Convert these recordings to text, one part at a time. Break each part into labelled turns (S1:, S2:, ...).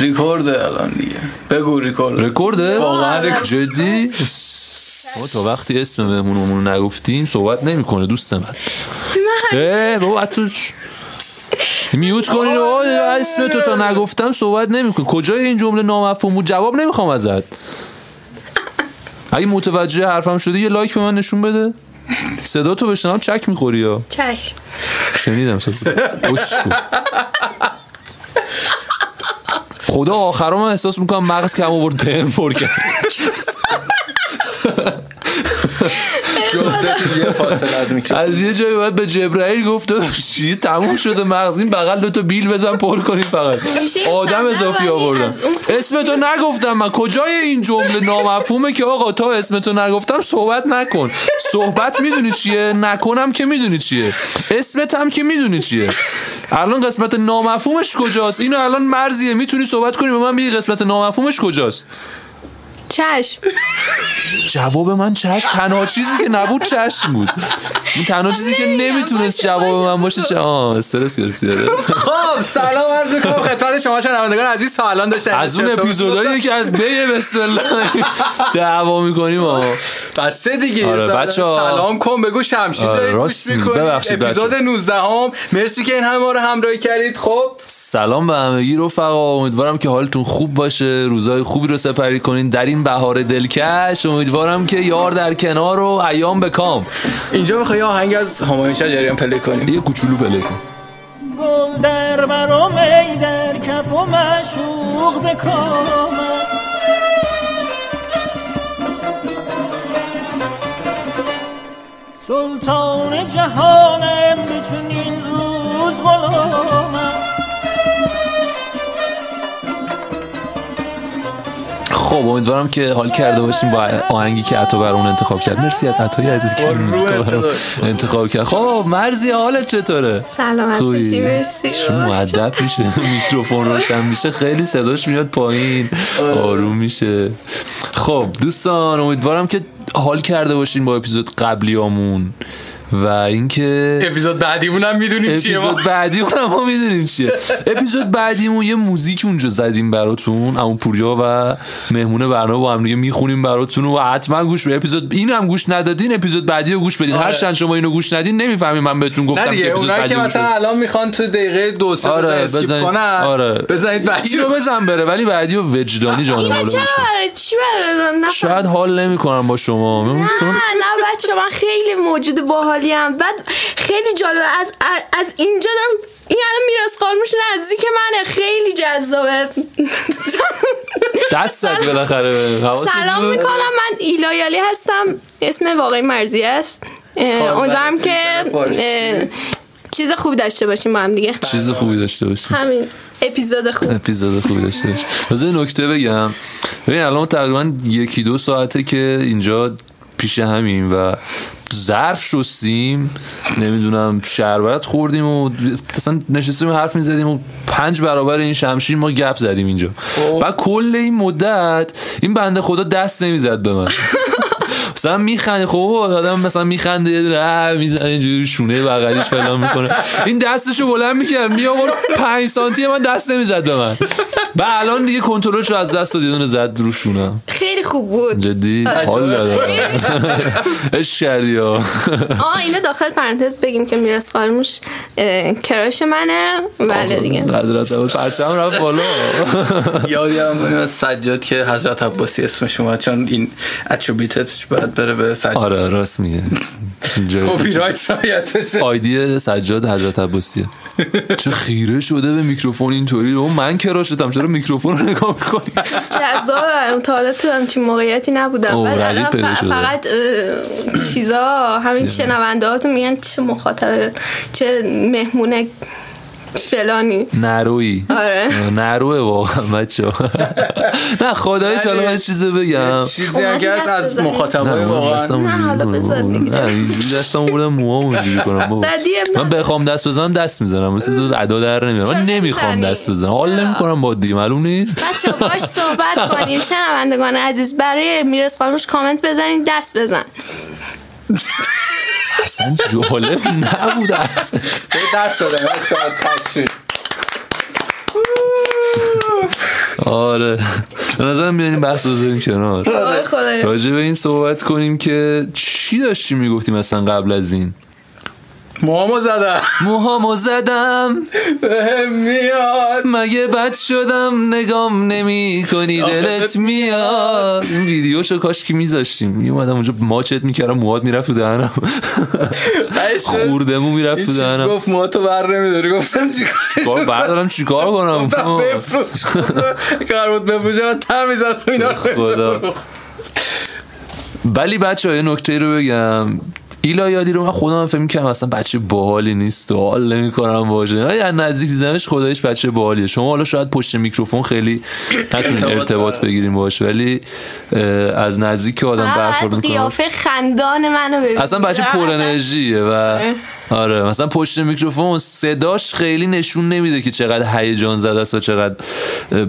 S1: ریکورده الان دیگه بگو ریکورد
S2: رکورده
S1: واقعا رکورد.
S2: جدی ما تا وقتی اسم مهمونمون رو نگفتیم صحبت نمیکنه دوست من اه بابا اتو میوت کنین آه، اسم تو تا نگفتم صحبت نمیکنه کجای این جمله نامفهوم بود جواب نمیخوام ازت اگه متوجه حرفم شده یه لایک به من نشون بده صدا تو بشنم چک میخوری یا
S3: چشم
S2: شنیدم صدا اسکو. خدا آخرام من احساس میکنم مغز کم آورد بهم پر کرد
S1: یه فاصله از میکروفون.
S2: از یه جایی باید به جبرئیل گفت داداش چی تموم شده مغز این بغل دو تا بیل بزن پر کنی فقط
S3: میشه این
S2: آدم
S3: صحنه
S2: اضافی
S3: ولی
S2: آوردن
S3: از اون پشت
S2: اسم تو نگفتم من کجای این جمله نامفهومه که آقا تا اسم تو نگفتم صحبت نکن صحبت میدونی چیه نکنم که میدونی چیه اسمت هم که میدونی چیه الان قسمت نامفهومش کجاست اینو الان مرزیه میتونی صحبت کنی به من بگی قسمت نامفهومش کجاست
S3: چشم
S2: جواب من چشم تنها چیزی که نبود چشم بود این تنها چیزی که
S3: نمیگم.
S2: نمیتونست
S3: باشه،
S2: جواب
S3: باشه،
S2: من باشه چه آه استرس گرفتی آره. داره
S1: خب سلام عرض میکنم خدمت شما شنوندگان عزیز تا الان داشتن
S2: از اون
S1: چطور
S2: اپیزودایی که از بی بسم الله دعوا میکنیم آه
S1: بسته دیگه
S2: آره،
S1: سلام-
S2: بچه‌ها.
S1: سلام کن بگو شمشیر
S2: آره،
S1: دارید
S2: راست
S1: گوش
S2: میگی.
S1: می‌کنید.
S2: ببخشید،
S1: اپیزود 19 هم مرسی که این همه ما رو همراهی کردید خب
S2: سلام به همگی رفقا امیدوارم که حالتون خوب باشه روزای خوبی رو سپری کنین در این بهار دلکش امیدوارم که یار در کنار و ایام به کام
S1: اینجا میخوای آهنگ از همایون شجریان پلی کنیم
S2: یه کوچولو بله کن
S4: گل در برام ای در کف و معشوق به کامت سلطان جهانم به چنین روز غلامت
S2: خب امیدوارم که حال کرده باشیم با آهنگی که عطا برامون انتخاب کرد مرسی از عطای عزیز که
S1: قربونت
S2: موزیک رو برامون
S1: داداش.
S2: انتخاب کرد خب مرزی حالت چطوره
S3: سلامت باشی مرسی
S2: چه مؤدب میشه میکروفون روشن میشه خیلی صداش میاد پایین
S1: آره.
S2: آروم میشه خب دوستان امیدوارم که حال کرده باشین با اپیزود قبلیامون و اینکه
S1: اپیزود بعدیمون هم میدونیم چیه ما
S2: اپیزود بعدی اونم ما میدونیم چیه اپیزود بعدیمون یه موزیک اونجا زدیم براتون اما پوریا و مهمون برنامه با هم دیگه میخونیم براتون و حتما گوش به اپیزود این هم گوش ندادین اپیزود بعدی رو گوش بدین
S1: آره.
S2: هر چند شما اینو گوش ندین نمیفهمیم من بهتون
S1: نه
S2: گفتم
S1: دیگه
S2: که اپیزود
S1: اونایی
S2: بعدی
S1: که
S2: گوش بدین.
S1: مثلا الان میخوان تو دقیقه دو سه
S2: آره،
S1: آره اسکیپ
S2: بزنید.
S1: کنن
S2: آره.
S1: بزنید بعدی
S2: اینو
S1: رو
S2: بزن بره ولی بعدی و وجدانی جان
S3: اینه چرا برای چی بدادم
S2: شاید حال نمیکنم با شما
S3: نه
S2: چون
S3: نه بچه من خیلی موجود باحالی هم بعد خیلی جالبه از, از, از اینجا دارم این الان میراث قانونش نزدیک منه خیلی جذابه
S2: دستت بالاخره حواست
S3: سلام
S2: بود؟
S3: میکنم من ایلایالی هستم اسم واقعی مرزی است اه،
S1: خب،
S3: امیدوارم
S1: بله،
S3: که
S1: توی فارسی.
S3: اه، چیز خوب داشته باشیم با هم دیگه
S2: چیز خوبی داشته باشی
S3: همین اپیزود خوب
S2: اپیزود خوبی داشته باشه بذار یه نکته بگم ببین الان ما تقریبا یکی دو ساعته که اینجا پیش همیم و ظرف شستیم نمیدونم شربت خوردیم و اصلا نشستیم و حرف میزدیم و پنج برابر این شمشیر ما گپ زدیم اینجا و کل این مدت این بنده خدا دست نمیزد به من مثلا میخنده خب آدم مثلا میخنده یه دونه میزنه اینجوری شونه بغلیش فلان میکنه این دستشو بلند میکرد می آورد 5 سانتی من دست نمیزد به من و الان دیگه کنترلش رو از دست داد یه دونه زد رو شونم
S3: خیلی خوب بود
S2: جدی حال دادم اش کردی ها
S3: آه اینو داخل پرانتز بگیم که میراث قانونش کراش منه بله دیگه
S2: حضرت عباس پرچم رفت بالا
S1: یادم کنیم از سجاد که حضرت عباسی اسمش اومد چون این اتریبیوتش باید بره به سجاد
S2: آره راست میگه
S1: کپی رایت رعایت بشه
S2: آیدی سجاد حضرت عباسیه چه خیره شده به میکروفون اینطوری و من کراشتم چرا میکروفون رو نگاه میکنی
S3: جذاب برام تا حالا تو همچین موقعیتی نبودم
S2: اوه،
S3: بعد
S2: رقیب
S3: الان
S2: پیدا
S3: ف-
S2: شده.
S3: فقط اه، چیزا همین شنونده هاتون میگن چه مخاطبه چه مهمونه فلانی
S2: نروی
S3: آره
S2: نروه واقعا بچه نه خدایش حالا من چیزی بگم
S1: چیزی
S3: اومدی
S1: اگه از
S3: دست
S1: از
S3: بزنی.
S1: مخاطبای واقعا
S3: نه، حالا بذار دیگه.
S2: دستم بردم موهام اونجوری کنم بابا.
S3: زدی ابن-
S2: من بخوام دست بزنم دست میزنم مثل تو ادا در نمیاد
S3: چرا
S2: من نمیخوام
S3: نمی‌زنی؟
S2: دست بزنم حال
S3: چرا؟
S2: نمیکنم با دیگه معلوم نیست
S3: بچه باش صحبت کنیم شنوندگان عزیز برای میرس خانوش کامنت بزنید دست بزن
S2: اصلا جالب نبود
S1: به دست دادم شاید تشویق
S2: آره به نظرم بیانیم بحث رو بذاریم کنار
S3: آی خدایا
S2: راجع به این صحبت کنیم که چی داشتی میگفتیم اصلا قبل از این
S1: موامو زدم
S2: موهامو زدم
S1: بهم میاد
S2: مگه بد شدم نگام نمی کنی دلت
S1: دلت
S2: میاد این ویدیوشو کاش که میذاشتیم میومدم اونجا ماچت میکردم موهات میرفت تو دهنم
S1: بعدش شد.
S2: خوردمو میرفت
S1: این
S2: تو
S1: چیز
S2: دهنم
S1: گفت ما تو بر نمیداری گفتم چیکارش
S2: بار بردارم چیکار کنم
S1: گفتم بفروش کار بود بفروشه و تمی زدم اینا رو خودش
S2: خدا.
S1: بفروخت.
S2: ولی بچه ها یه نکته رو بگم ایلا یادی رو من خودم فکر میکنم اصلا بچه باحالی نیست و حال نمیکنم باشه ولی از نزدیک دیدمش خدایش بچه باحالیه شما حالا شاید پشت میکروفون خیلی نتونین
S1: ارتباط
S2: ارتباط
S1: نداره.
S2: بگیریم باش ولی اه، از نزدیک که آدم برخورد
S3: فقط
S2: میکنه
S3: قیافه خندان منو ببین
S2: اصلا بچه
S3: دارم
S2: پر
S3: اصلا
S2: انرژیه و آره مثلا پشت میکروفون صداش خیلی نشون نمیده که چقدر هیجان زده است و چقدر اه،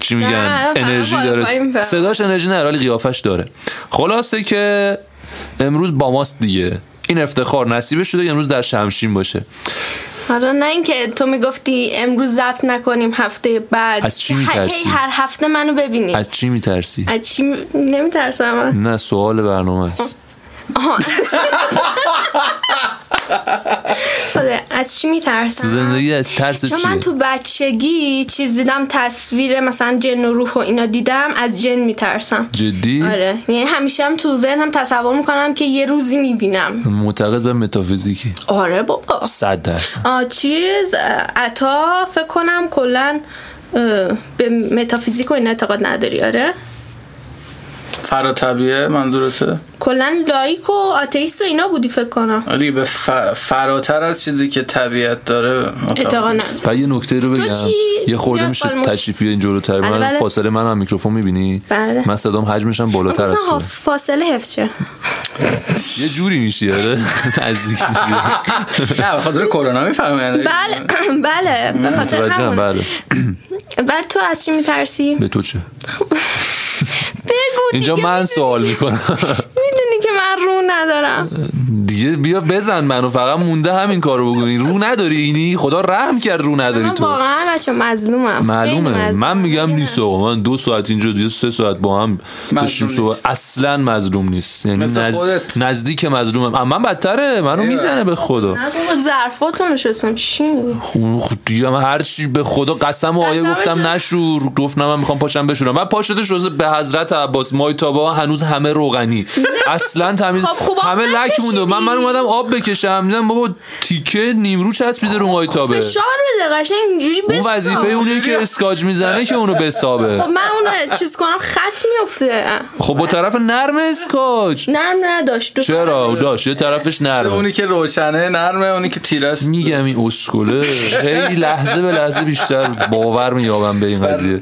S2: چی
S3: نه،
S2: میگن
S3: نه، فهمم،
S2: انرژی
S3: بالا پایین
S2: داره
S3: فهمم.
S2: صداش انرژی نداره ولی قیافش داره خلاصه که امروز با ماست دیگه این افتخار نصیبه شده که امروز در شمشین باشه
S3: حالا نه اینکه تو میگفتی امروز ضبط نکنیم هفته بعد
S2: از چی
S3: هی-
S2: می‌ترسی؟
S3: هی هر هفته منو ببینی
S2: از چی میترسی؟
S3: از چی م- نمیترسم من
S2: نه سوال برنامه است
S3: آها. خدا، آره، از چی میترسم
S2: زندگی از ترس
S3: چون من
S2: چیه؟
S3: تو بچگی چیز دیدم تصویر مثلا جن و روح و اینا دیدم از جن میترسم
S2: جدی؟
S3: آره یعنی همیشه هم تو ذهنم تصور میکنم که یه روزی میبینم
S2: معتقد به متافیزیکی
S3: آره بابا
S2: صد درصد
S3: آ چیز اه، عطا فکر کنم کلا اه، به متافیزیک و این اعتقاد نداری آره
S1: فراتبیه منظورته
S3: کلا لایک و آتئیست و اینا بودی فکر کنم
S1: آره دیگه به ف- فراتر از چیزی که طبیعت داره معتقد.
S3: اعتقاد نداری
S2: و یه نکته رو بگم
S3: چی؟
S2: یه خورده
S3: یه
S2: میشه
S3: سوال مش-
S2: تشریف بیاین جلوتر
S3: بله،
S2: من
S3: بله.
S2: فاصله من هم میکروفون میبینی
S3: بله.
S2: من صدام حجمش هم بالاتر از
S3: گفتم ها،
S2: تو
S3: فاصله حفظ شه
S2: یه جوری میشی آره نزدیک میشی
S1: نه به خاطر کرونا یعنی میفهمن
S3: بله بله به خاطر
S2: متوجهم
S3: همون
S2: بله
S3: بعد تو از چی میترسی
S2: به تو چه
S3: بگو
S2: اینجا
S3: دیگه
S2: من سوال میکنم
S3: میدونی که من رو ندارم
S2: دیگه بیا بزن منو فقط مونده همین کارو بکنی رو نداری اینی خدا رحم کرد رو نداری
S3: من
S2: تو
S3: واقعا بچه مظلومم خیلی
S2: معلومه
S3: مظلومم.
S2: من میگم نیست آقا من دو ساعت اینجا دیگه سه ساعت با هم داشتیم
S1: مظلوم
S2: صحبت
S1: نیست.
S2: اصلا مظلوم نیست یعنی
S1: مثل
S2: نز...
S1: خودت.
S2: نزدیک مظلومم اما من بدتره منو میزنه به خدا
S3: نه بابا ظرفاتو میشستم چی میگی
S2: اون خب دیگه من هر چی به خدا قسم و آیه
S3: قسمش
S2: گفتم
S3: رو-
S2: نشور گفتم من میخوام پاشم بشورم من پاشده شده به حضرت عباس مایتابا هنوز همه روغنی اصلا تمیز
S3: خب، خب آب
S2: همه لک
S3: نکشیدی.
S2: مونده من من اومدم آب بکشم دیدم بابا تیکه نیمرو چسبیده رو مایتابه
S3: فشار بده قشنگ اینجوری
S2: اون
S3: بسا.
S2: وظیفه اونه که اسکاج میزنه که اونو بستابه
S3: خب من اونو چیز کنم خط میفته
S2: خب با طرف نرم اسکاج
S3: نرم نداشت دو-
S2: چرا داشت یه طرفش نرمه
S1: اونی که روشنه نرمه اونی که تیرش
S2: میگم این اسکله هی لحظه به لحظه بیشتر باور مییابم به این قضیه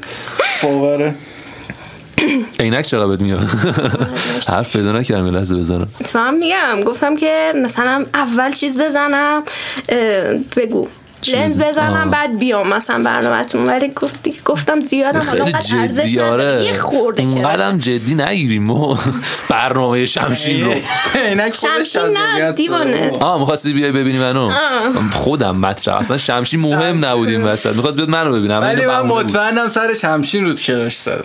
S1: باوره
S2: عینک چقدر بهت میاد حرف پیدا نکردم یه لحظه بزنم
S3: اتفاقا میگم گفتم که مثلا اول چیز بزنم اه، بگو لنز بزنم
S2: آه.
S3: بعد بیام مثلا برنامهتون ولی گفتی گفتم زیادم حالا
S2: خیلی
S3: اونقدر ارزش
S2: جدی
S3: نداره
S2: آره
S3: یه خورده که
S2: قدم جدی نگیریم ما برنامه شمشین رو
S1: اینک خودش
S3: شمشیر نه،
S1: جذابیت
S3: دیوانه.
S1: داره.
S2: آه میخواستی بیای ببینی منو خودم مطرح اصلا شمشین مهم
S1: شمشیر.
S2: نبود این وسط میخواست بیاد منو ببینم
S1: ولی
S2: این
S1: من
S2: بهونه بود.
S1: مطمئنم سر شمشین رود کرش زده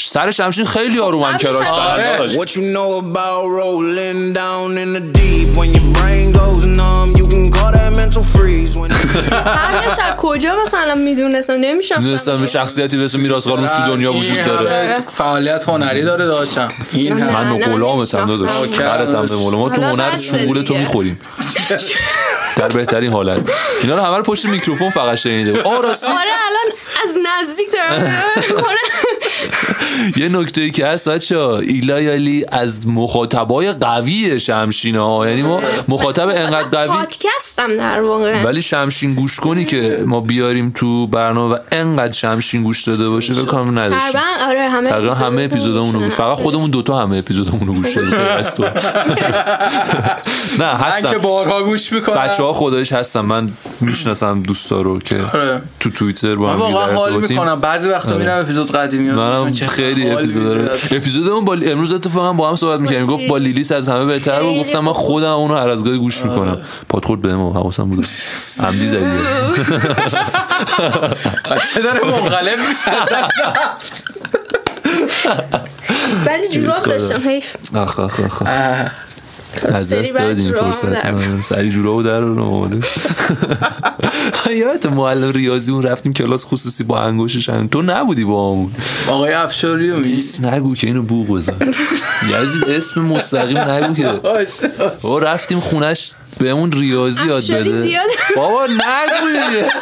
S2: سر شمشین خیلی آرومن
S3: قبل
S2: کراش
S3: شمشیر.
S1: آره.
S2: سر
S5: What you know about rolling down in the deep? When your brain goes numb, you can call that mental freeze. When
S3: فرقش از کجا مثلا میدونستم
S2: میدونستم
S3: نمیشناختم
S2: یه شخصیتی به اسم میراث قانونش تو
S1: آره.
S2: دنیا
S1: این
S2: وجود
S1: همه
S2: داره
S1: فعالیت هنری داره داشتم این
S3: نه.
S1: هم
S2: من و
S3: من
S2: غلامتم داداش
S3: نمی‌شناختم.
S2: غلطم به مولا ما تو
S3: حالا
S2: هنر
S3: بسه
S2: شمول تو
S3: دیگه.
S2: میخوریم در بهترین حالت اینا رو همه رو پشت میکروفون فقط شنیده بود. آه راستی
S3: آره الان از نزدیک دارم آره.
S2: یه نکته ای که هست بچه ایلا یالی از مخاطبای قوی شمشین ها یعنی ما مخاطب انقدر قوی
S3: پادکستم در واقع
S2: ولی شمشین گوش کنی که ما بیاریم تو برنامه و انقدر شمشین گوش داده باشه فکر کنم نداشتیم
S3: تقریبا آره همه
S2: تقریبا همه اپیزودامونو
S3: گوش
S2: فقط خودمون دوتا همه اپیزودامونو گوش دادیم از تو نه
S1: من که
S2: هستم
S1: بارها گوش میکنم
S2: بچه ها خدایش هستم من میشناسم دوستا رو که
S1: آره.
S2: تو توییتر با
S1: من
S2: هم
S1: واقعا
S2: دیگه
S1: حال
S2: ارتباطیم.
S1: میکنم بعضی وقتا میرم اپیزود قدیمی
S2: منم خیلی اپیزود داره اپیزود اون با امروز اتفاقا با هم صحبت می‌کردیم
S3: با
S2: گفت
S3: چی؟
S2: با لیلیس از همه بهتر بود
S3: خیلی
S2: گفتم من
S3: خوب.
S2: خودم اونو هر از گاهی گوش میکنم پاد خورد بهم حواسم بود عمدی زدی
S1: چه داره منقلب میشه
S3: ولی جوراب
S2: خدا.
S3: داشتم حیف
S2: آخ آخ آخ آخ. از
S3: سری
S2: دست
S3: بعد
S2: دادیم
S3: جورابم
S2: فرصت
S3: در
S2: رو. سری جورا و در رو آماده یادت معلم ریاضی اون رفتیم کلاس خصوصی با انگوشش هم تو نبودی با همون
S1: آقای افشاری رو میگی
S2: اسم نگو که اینو بوق بزن یزید اسم مستقیم نگو که بابا رفتیم خونش بهمون ریاضی یاد
S3: افشاری
S2: بده
S3: زیاد.
S2: بابا نگو دیگه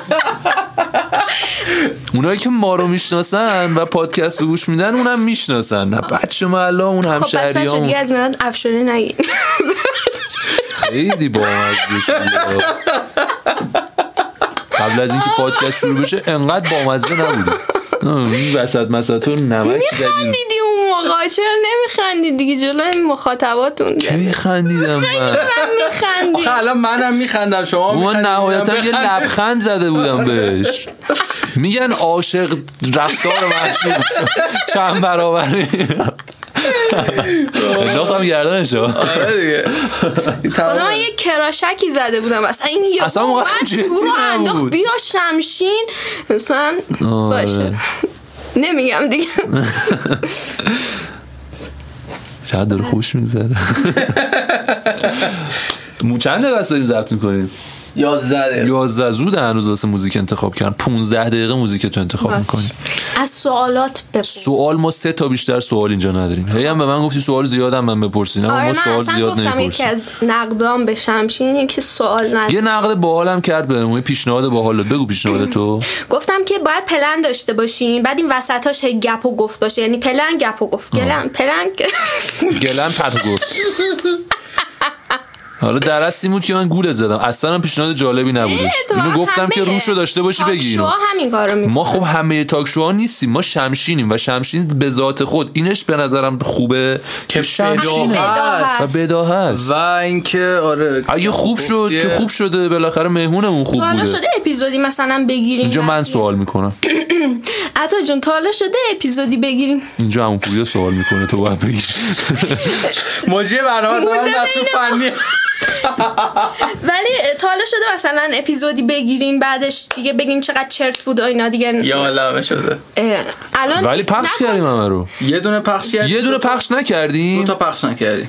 S2: اونایی که ما رو میشناسن و پادکست رو گوش میدن اونم میشناسن نه بچه محلا اون
S3: خب پس بچه
S2: همشهریامون
S3: دیگه از من افشاری نگی
S2: خیلی با قبل از اینکه پادکست شروع بشه انقدر بامزه نبودی آه، این وسط مسطور نمک زدی
S3: دیدی اون موقع چرا نمیخندی دیگه جلوی مخاطباتون
S2: کی خندیدم من
S3: میخندی
S1: آخه خب، الان منم میخندم شما
S2: ما
S1: میخندید، منم
S2: نهایتا یه
S1: بخندم.
S2: لبخند زده بودم بهش میگن عاشق رفتار محسوب چند برابر انداختم گردنش
S1: آره دیگه این تمام.
S3: خدا من یه کراشکی زده بودم اصلا این یه
S2: اصلا
S3: اومد
S2: واقعا جدی
S3: تو رو
S2: نبود.
S3: انداخت بیا شمشین مثلا
S2: آره.
S3: باشه نمیگم دیگه
S2: چقدر داره خوش میگذره چند دقیقه است داریم ضبط میکنیم
S1: یا زده
S2: 11 زود هنوز واسه موزیک انتخاب کردن 15 دقیقه موزیک تو انتخاب میکنیم
S3: از سوالات بپرس
S2: سوال ما سه تا بیشتر سوال اینجا نداریم هی هم به من گفتی سوال زیادم من بپرسین اما
S3: آره
S2: ما
S3: من
S2: سوال
S3: اصلا
S2: زیاد
S3: گفتم یکی
S2: نمیپرسیم
S3: از نقدام به شمشین یکی سوال نداره
S2: یه نقد باحالم کرد بهمون یه پیشنهاد باحال بگو پیشنهاد تو
S3: گفتم که باید پلن داشته باشیم بعد این وسطاش هی گپ و گفت باشه یعنی پلن گپ و گفت گلن پلن
S2: گلن پد گفت حالا درستی بود که من گولت زدم اصلا هم پیشنهاد جالبی نبودش اینو گفتم که روشو داشته باشی بگی اینو
S3: شما همین کارو میکنه
S2: ما خب همه تاک شوها نیستیم ما شمشینیم و شمشین به ذات خود اینش به نظرم خوبه که شمشینه
S1: بداهه.
S2: و بداه هست
S1: و اینکه آره
S2: اگه خوب شد
S1: گفتی-
S2: که خوب شده بالاخره مهمونمون خوب
S3: حالا
S2: بوده
S3: شده اپیزودی مثلا بگیریم
S2: اینجا من
S3: بعد-
S2: سوال میکنم
S3: عطا جون تا حالا شده اپیزودی بگیریم
S2: اینجا همون پویا سوال میکنه تو باید بگی
S1: مجری برنامه از من دستور فنی
S3: ولی تا حالا شده مثلا اپیزودی بگیرین بعدش دیگه بگین چقدر چرت بود و اینا دیگه
S1: یا لبه شده
S3: اه، الان
S2: ولی پخش
S3: نکن.
S2: کردیم همه رو
S1: یه دونه پخش کردی
S2: یه دونه پخش
S1: دو
S2: نکردیم
S1: تا پخش نکردی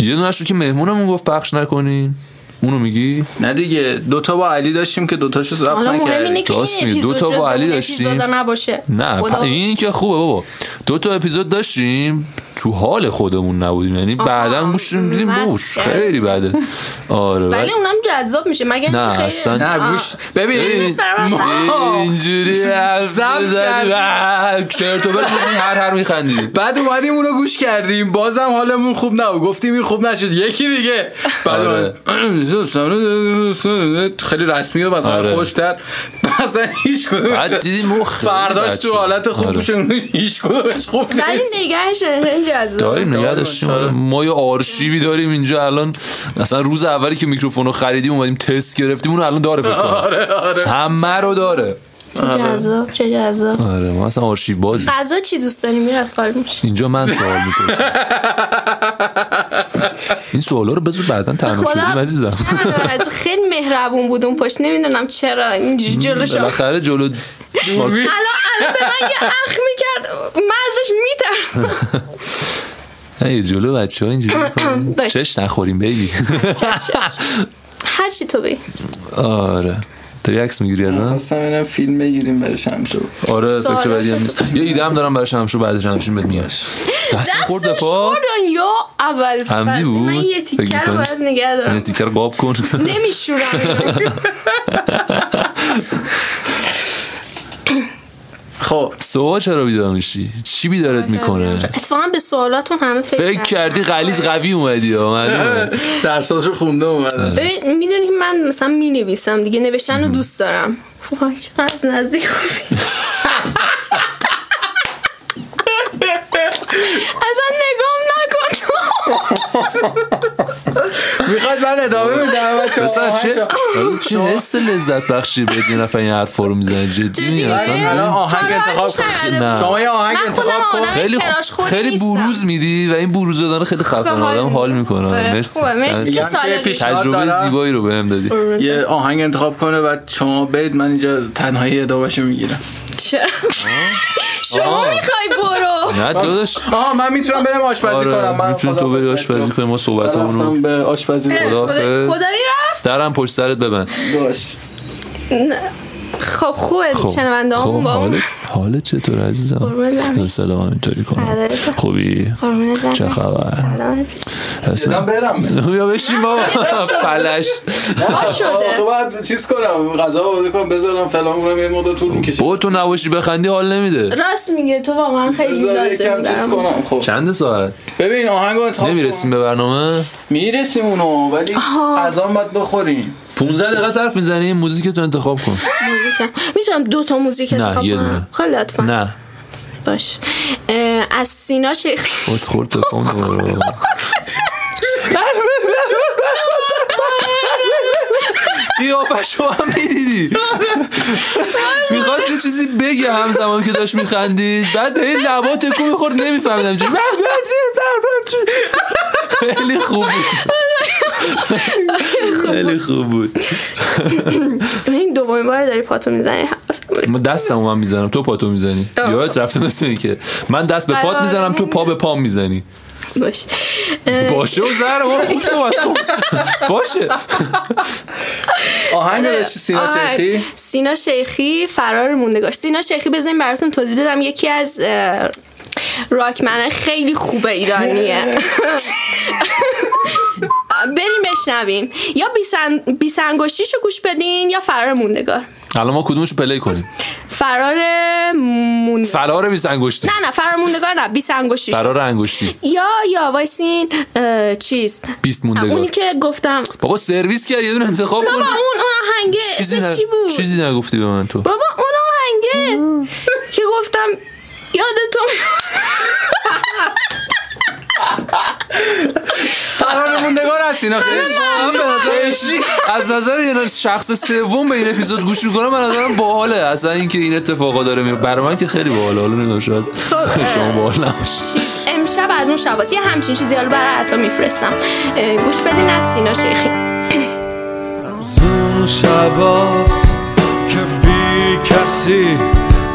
S2: یه دونه رو که مهمونمون گفت پخش نکنین اونو میگی
S1: نه دیگه دوتا با علی داشتیم که دوتاشو ضبط
S3: حالا مهم اینه
S1: نکردیم
S3: که این
S2: راست میگی.
S3: اپیزود
S2: دو تا
S3: جز
S2: با علی
S3: اون
S2: داشتیم.
S3: اپیزودا نباشه
S2: نه
S3: خدا-
S2: پ- این که خوبه بابا دو تا اپیزود داشتیم تو حال خودمون نبودیم یعنی بعدا گوش
S3: آها،
S2: دیدیم
S3: مسخره.
S2: بوش خیلی بده آره
S3: ولی
S2: ولی
S3: اونم جذاب میشه مگه
S2: نه،
S3: اینکه خیلی-
S2: اصلا-
S1: نه گوش ببین
S3: نیست برای من.
S1: ما-
S2: اینجوری حرف
S1: ضبط
S2: می‌زدی،
S1: کردیم.
S2: آه، چرت و پرت می‌گفتیم، هر هر میخندیم
S1: بعد اومدیم اونو گوش کردیم بازم حالمون خوب نبود گفتیم این خوب نشد یکی دیگه بعد
S2: آره.
S1: اومد- خیلی رسمی و مثلا
S2: آره.
S1: خوشتر مثلا هیچ
S2: بعد
S1: کدومش
S2: دیدیم او خیلی
S1: فرداش
S2: بد
S1: تو
S2: شد.
S1: حالت خوب
S2: آره.
S1: میشه اون هیچ کدومش خوب
S3: ولی
S1: نیست
S3: نگهش خیلی جذاب
S2: داریم نگه
S1: داریم،
S2: داشتیم
S1: آره.
S2: ما یه آرشیوی داریم اینجا الان اصلا روز اولی که میکروفون رو خریدیم اومدیم تست گرفتیم اون الان داره فکر کنم همه رو داره
S3: چه جذاب چه جذاب
S2: آره ما اصلا آرشیو بازی
S3: غذا چی دوست داری میراث خال میشه
S2: اینجا من سوال میپرسم این سوالا رو بذار بعدا
S3: خب،
S2: تنها شدیم عزیزم
S3: از خیلی مهربون بود اون پشت نمیدونم چرا اینجوری جلو شد الان
S2: بالاخره جلو
S3: الان به من یه اخ میکرد من ازش میترسم
S2: نه، یه جلو بچه ها اینجوری می‌کنن.
S3: باش.
S2: چش نخوریم بیبی
S3: هر چی تو بگی
S2: آره داری عکس میگیری ازم
S1: خواستم اینم فیلم بگیریم برای شمشو
S2: آره
S3: سوالات
S2: فکر بدی هم نیست یه ایده هم دارم برای شمشو بعد شمشین بهت میاد دستم خورد به
S3: دستش
S2: پات
S3: خوردن یا اول فصل.
S2: عمدی بود؟
S3: من یه
S2: فکر
S3: تیکه
S2: می‌کنی؟
S3: رو
S2: یعنی
S3: باید نگه
S2: این
S3: دارم
S2: تیکر قاب کن
S3: نمیشورم
S1: خب
S2: سوال چرا بیدار میشی چی بیدارت میکنه
S3: اتفاقا به سوالاتون همه فکر
S2: فکر
S3: کردم.
S2: کردی غلیز قوی اومدی ها، معلومه.
S1: درساز رو خونده اومد
S2: آره.
S3: ببین میدونی که من مثلا می نویسم دیگه نوشتن رو دوست دارم وای چقدر از نزدیک خوبی اصلا نگام نکن
S1: میخواد من ادامه بدم بچه‌ها؟
S2: اصلا آره. چه
S1: آهنگشو-
S2: آره، چه حس لذت بخشی بهت یه نفر این حرفا رو میزنه جدی
S3: جدی
S2: میگم
S1: الان
S2: اصلا
S1: آهنگ
S3: تا حالا
S1: انتخاب
S3: آهنگش نکرده
S2: نه.
S3: بودم.
S1: شما یه آهنگ
S3: من خودم
S1: انتخاب کن
S3: آدم
S2: خیلی
S3: تراش خورد
S2: خیلی
S3: نیستم.
S2: بروز میدی و این بروز دادن خیلی خفن
S3: حال
S2: آدم حال میکنه
S3: آره،
S2: مرسی
S3: خوبه، مرسی.
S2: یعنی
S1: میگم که
S3: سالمی.
S1: پیشنهاد
S2: تجربه
S1: دارم.
S2: زیبایی رو بهم دادی
S1: یه آهنگ انتخاب کنه و شما برید من اینجا تنهایی ادامهشو میگیرم
S3: چرا؟ شما میخوای برو
S2: نه داداش
S1: آها من میتونم برم آشپزی کنم
S2: آره
S1: من
S2: میتونی تو
S1: خداحافظ بچه‌ها.
S2: بری آشپزی کنی ما صحبتمون رو
S1: رفتم به آشپزی
S2: خدا.
S3: خدا-
S2: خداحافظ.
S3: خدایی رفت
S2: درم پشت سرت ببند
S1: باش
S3: خب خوبه
S2: خب.
S3: چنونده همون
S2: خب،
S3: با اون
S2: حالت حالت چطور عزیزم
S3: قربونت برم.
S2: سلام همینطوری کنم
S3: بله.
S2: خوبی
S3: قربونت برم.
S2: چه خبر؟
S3: سلامتی.
S2: حتما.
S1: بدم برم
S2: بیا بشین بابا پلش
S3: آه
S1: آه، تو
S3: شده
S1: باید چیز کنم غذا آماده کنم بذارم فلان اونم یه مقدار طول میکشه
S2: بابا تو نباشی بخندی حال نمیده
S3: راست میگه تو واقعا خیلی
S1: بذار یکم
S3: لازم
S1: چیز
S3: دارم
S1: کنم خب
S2: چند ساعت
S1: ببین آهنگ رو انتخاب
S2: نمیرسیم به برنامه
S1: میرسیم اونو ولی
S3: آها.
S1: غذا هم باید بخوریم
S2: 15 دقیقه صرف میزنی موزیک تو انتخاب کن
S3: میتونم دو تا موزیک
S2: نه،
S3: انتخاب
S2: یه
S3: کنم
S2: دونه.
S3: خیلی لطفا
S2: نه
S3: باش اه، از سینا شیخ
S2: ات خورد به پام دوباره. قیافشو هم میدیدی میخواست یه چیزی بگه همزمان که داشت میخندید بعد به این لبا تکون میخورد نمیفهمیدم چی خیلی خوب بود خیلی خوب بود
S3: این دومین بار داری پاتو میزنی
S2: ما دستم من میزنم تو پاتو میزنی
S3: آه.
S2: یادت رفته مثل این که من دست به پات میزنم تو پا به پام میزنی
S3: باش اه،
S2: باشه و زهر ما رو خوب صحبت کن. باشه
S1: آهنگ
S3: آره.
S1: داشتی سینا
S3: آه،
S1: شیخی
S3: سینا شیخی فرار موندگار سینا شیخی بزنین براتون توضیح بدم یکی از اه، راکمنای خیلی خوب ایرانیه بریم بشنویم یا بیسن... بیسنگوشیشو گوش بدین یا فرار موندگار
S2: الان ما کدومش پلی کنیم
S3: فرار موندگار
S2: فرار بیس انگشتی
S3: نه نه فرار موندگار نه بیسنگوشیش
S2: فرار انگشتی
S3: یا یا وایسین اه، چیز
S2: بیست
S3: اونی
S2: موندگار
S3: که گفتم
S2: بابا سرویس کرد یه دونه انتخاب
S3: بابا
S2: کن
S3: اون اون آهنگه
S2: چیزی,
S3: اسمش
S2: نه-
S3: چی بود
S2: چیزی نگفتی به من تو
S3: بابا اون آهنگه که گفتم یادتون
S1: قرار موندگار از سینا خیلی
S2: من به نظر از نظر یه شخص سوم به این اپیزود گوش میکنم من نظرم باحاله اصلا اینکه این اتفاقا داره میفته برای من که خیلی باحاله حالا نمیدونم شاید
S3: اه.
S2: شما باحال نباشید
S3: چیز- امشب از اون شباتی یه همچین چیزی حالا برای عطا میفرستم اه، گوش بدین از سینا شیخی
S6: زون شباس که بی کسی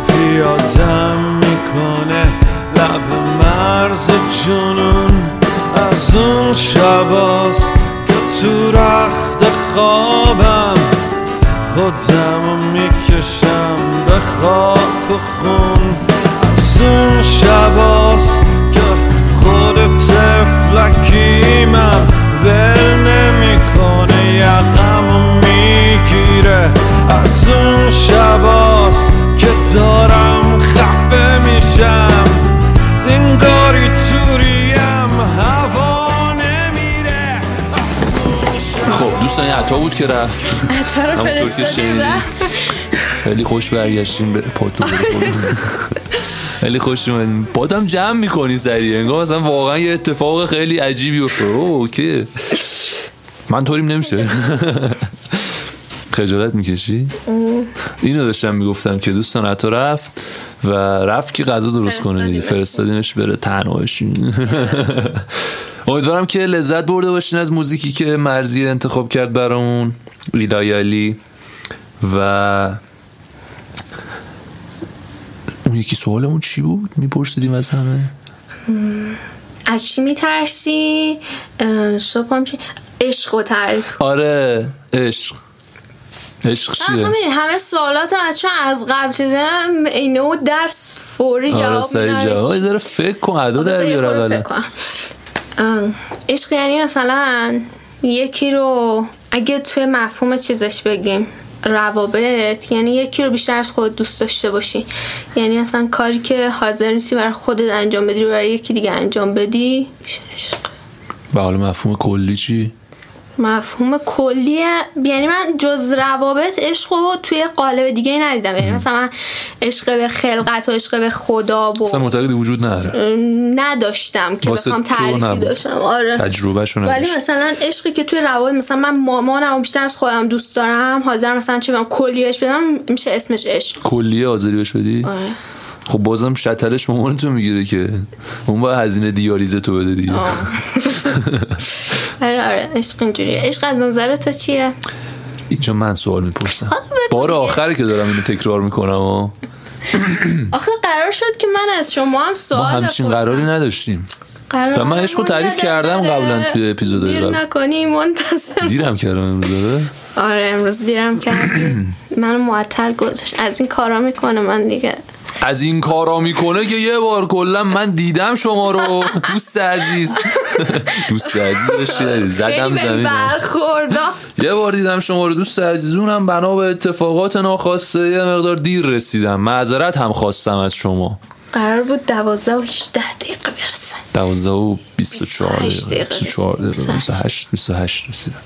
S6: پیادم میکنه لب مرز جنون از اون شباس که تو رخت خوابم خودم میکشم به خاک و خون از اون شباس که خود تفلکیمم ول نمیکنه یقم میگیره از اون شباس که دارم خفه میشم زنگاری توریم هوا نمیره از اون شباس
S2: خب دوستان این عطا بود که رفت
S3: عطا رو
S2: همونطور که
S3: فرستادیم
S2: شنیدی.
S3: رفت.
S2: خیلی خوش برگشتیم به پاتو خیلی خوش اومدیم پاتم جمع میکنی سریع انگار مثلا واقعا یه اتفاق خیلی عجیبی افتاد اوه، اوکی من طوریم نمیشه خجالت میکشی اینو داشتم میگفتم که دوستان عطا رفت و رفت که غذا درست کنه دیگه فرستادیمش بره تنهاش امیدوارم که لذت برده باشین از موزیکی که مرزی انتخاب کرد برامون ایلایالی و اون یکی سوالمون چی بود میپرسیدیم از همه
S3: از چی میترسی صبح هم چی عشق و تعریف
S2: آره عشق عشق
S3: من
S2: چیه
S3: خب می‌دونی همه سوالات بچه‌ها از قبل چیزی هم اینه و درس فوری
S2: آره
S3: جواب
S2: سعی
S3: میدم.
S2: جواب یه ذره فکر کن ادا در
S3: بذار یه
S2: بیار
S3: خورده
S2: اولا
S3: فکر کنم. آه، عشق یعنی مثلا یکی رو اگه توی مفهوم چیزش بگیم روابط یعنی یکی رو بیشتر از خود دوست داشته باشی یعنی مثلا کاری که حاضر نیستی برای خودت انجام بدی رو برای یکی دیگه انجام بدی میشه عشق
S2: و حالا مفهوم کلی چی
S3: مفهوم کلی یعنی من جز روابط عشق رو توی قالب دیگه ندیدم یعنی مثلا من عشق به خلقت و عشق به خدا و
S2: اصلا معتقدی وجود نداره
S3: ام، نداشتم که
S2: واسه
S3: بخوام
S2: تو
S3: تعریفی
S2: نبود.
S3: داشتم آره
S2: تجربهشون
S3: ولی
S2: نداشت
S3: مثلا عشقی که توی روابط مثلا من مامانم و بیشتر از خودم دوست دارم حاضر مثلا چه بگم کلی بهش بدم میشه اسمش عشق
S2: کلیه آذری بهش بدی
S3: آره
S2: خب بازم شتلش مامان تو میگیره که اون با هزینه دیالیز تو بده دیگه
S3: ولی آره عشق اینجوریه عشق از نظر تو چیه
S2: اینجا من سوال میپرسم بار آخره که دارم اینو تکرار میکنم و
S3: آخه قرار شد که من از شما هم
S2: ما
S3: سوال
S2: همچین
S3: بپرسم.
S2: قراری نداشتیم
S3: قرار
S2: و من عشق رو تعریف
S3: یادم
S2: کردم
S3: نره.
S2: قبلا توی اپیزودهای
S3: دیر
S2: قبل.
S3: نکنی منتظر
S2: دیرم کردم امروز داره
S3: آره امروز دیرم کرد منو معطل گذاشت از این کارا میکنه من دیگه
S2: از این کارا میکنه که یه بار کلا من دیدم شما رو دوست عزیز دوست عزیز داشتی زدم
S3: خیلی بهم
S2: زمین
S3: برخوردا
S2: یه بار دیدم شما رو دوست عزیز اونم بنا به اتفاقات ناخواسته یه مقدار دیر رسیدم معذرت هم خواستم از شما
S3: قرار بود دوازده و 18 دقیقه برسه
S2: 12 و 24
S3: 28
S2: دقیقه
S3: دقیقه
S2: 24 دقیقه 28 28 رسیدم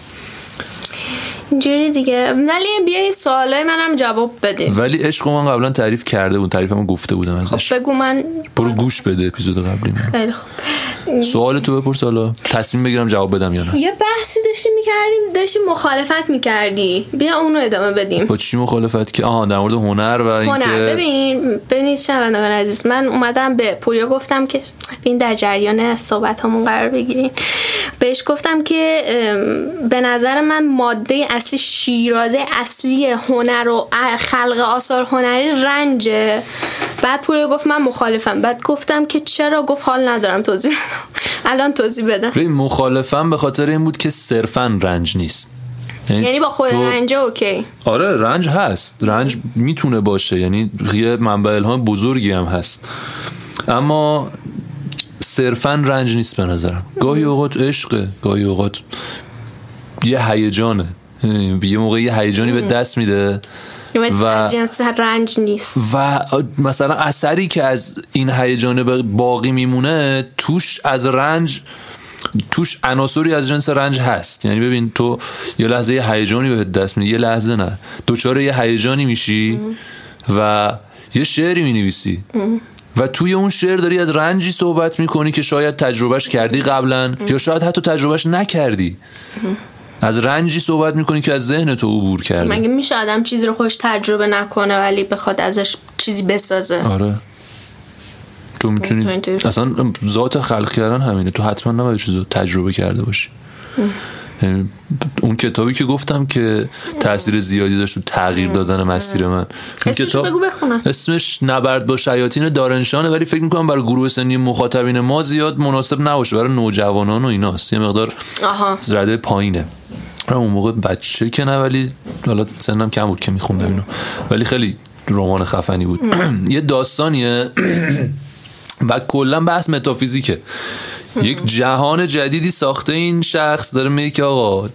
S3: اینجوری دیگه ولی بیا یه سوالای منم جواب بده
S2: ولی عشق رو من قبلا تعریف کرده بود تعریفمو گفته بودم ازش
S3: بگو من
S2: برو گوش بده اپیزود قبلی من
S3: خیلی خوب خب.
S2: سوال تو بپرس حالا تصمیم بگیرم جواب بدم یا نه
S3: یه بحثی داشتیم میکردیم داشتیم مخالفت میکردی بیا اونو ادامه بدیم
S2: با چی مخالفت که آها در مورد هنر و
S3: هنر
S2: اینکه
S3: ببین ببینید شنوندگان عزیز من اومدم به پوریا گفتم که ببین در جریان صحبت همون قرار بگیریم بهش گفتم که ام، به نظر من ماده اصلی شیرازه اصلی هنر و ا- خلق آثار هنری رنجه بعد پوریا گفت من مخالفم بعد گفتم که چرا گفت حال ندارم توضیح بدم الان توضیح بدم
S2: ببین مخالفم به خاطر این بود که صرفا رنج نیست
S3: یعنی با خود
S2: تو-
S3: رنجه اوکی
S2: آره رنج هست رنج میتونه باشه یعنی یه منبع الهام بزرگی هم هست اما صرفا رنج نیست به نظرم گاهی اوقات عشقه گاهی اوقات یه هیجانه یعنی یه موقع یه هیجانی به دست میده
S3: یعنی
S2: و-
S3: از جنس رنج نیست
S2: و مثلا اثری که از این هیجان به- باقی میمونه توش از رنج توش عناصری از جنس رنج هست یعنی ببین تو یه لحظه یه هیجانی بهت دست میده یه لحظه نه دوچار یه هیجانی میشی و یه شعری مینویسی و توی اون شعر داری از رنجی صحبت میکنی که شاید تجربهش کردی قبلا یا شاید حتی تجربهش نکردی از رنجی صحبت میکنی که از ذهن تو عبور کرده
S3: مگه میشه آدم چیزی رو خوش تجربه نکنه ولی بخواد ازش چیزی بسازه
S2: آره تو میتونی
S3: اینطوری.
S2: اصلا ذات خلق کردن همینه تو حتما نباید چیز رو تجربه کرده باشی یعنی اون کتابی که گفتم که تاثیر زیادی داشت تو تغییر دادن مسیر من اون
S3: اسمشو بگو بخونم.
S2: اسمش نبرد با شیاطین دارنشانه ولی فکر میکنم برای گروه سنی مخاطبین ما زیاد مناسب نباشه برای نوجوانان و ایناست یه مقدار
S3: آها
S2: رده پایینه من اون موقع بچه که نه ولی حالا سنم کم بود که میخوندم اینو ولی خیلی رمان خفنی بود یه داستانیه و کلا بحث متافیزیکه یک جهان جدیدی ساخته این شخص داره میگه که آقا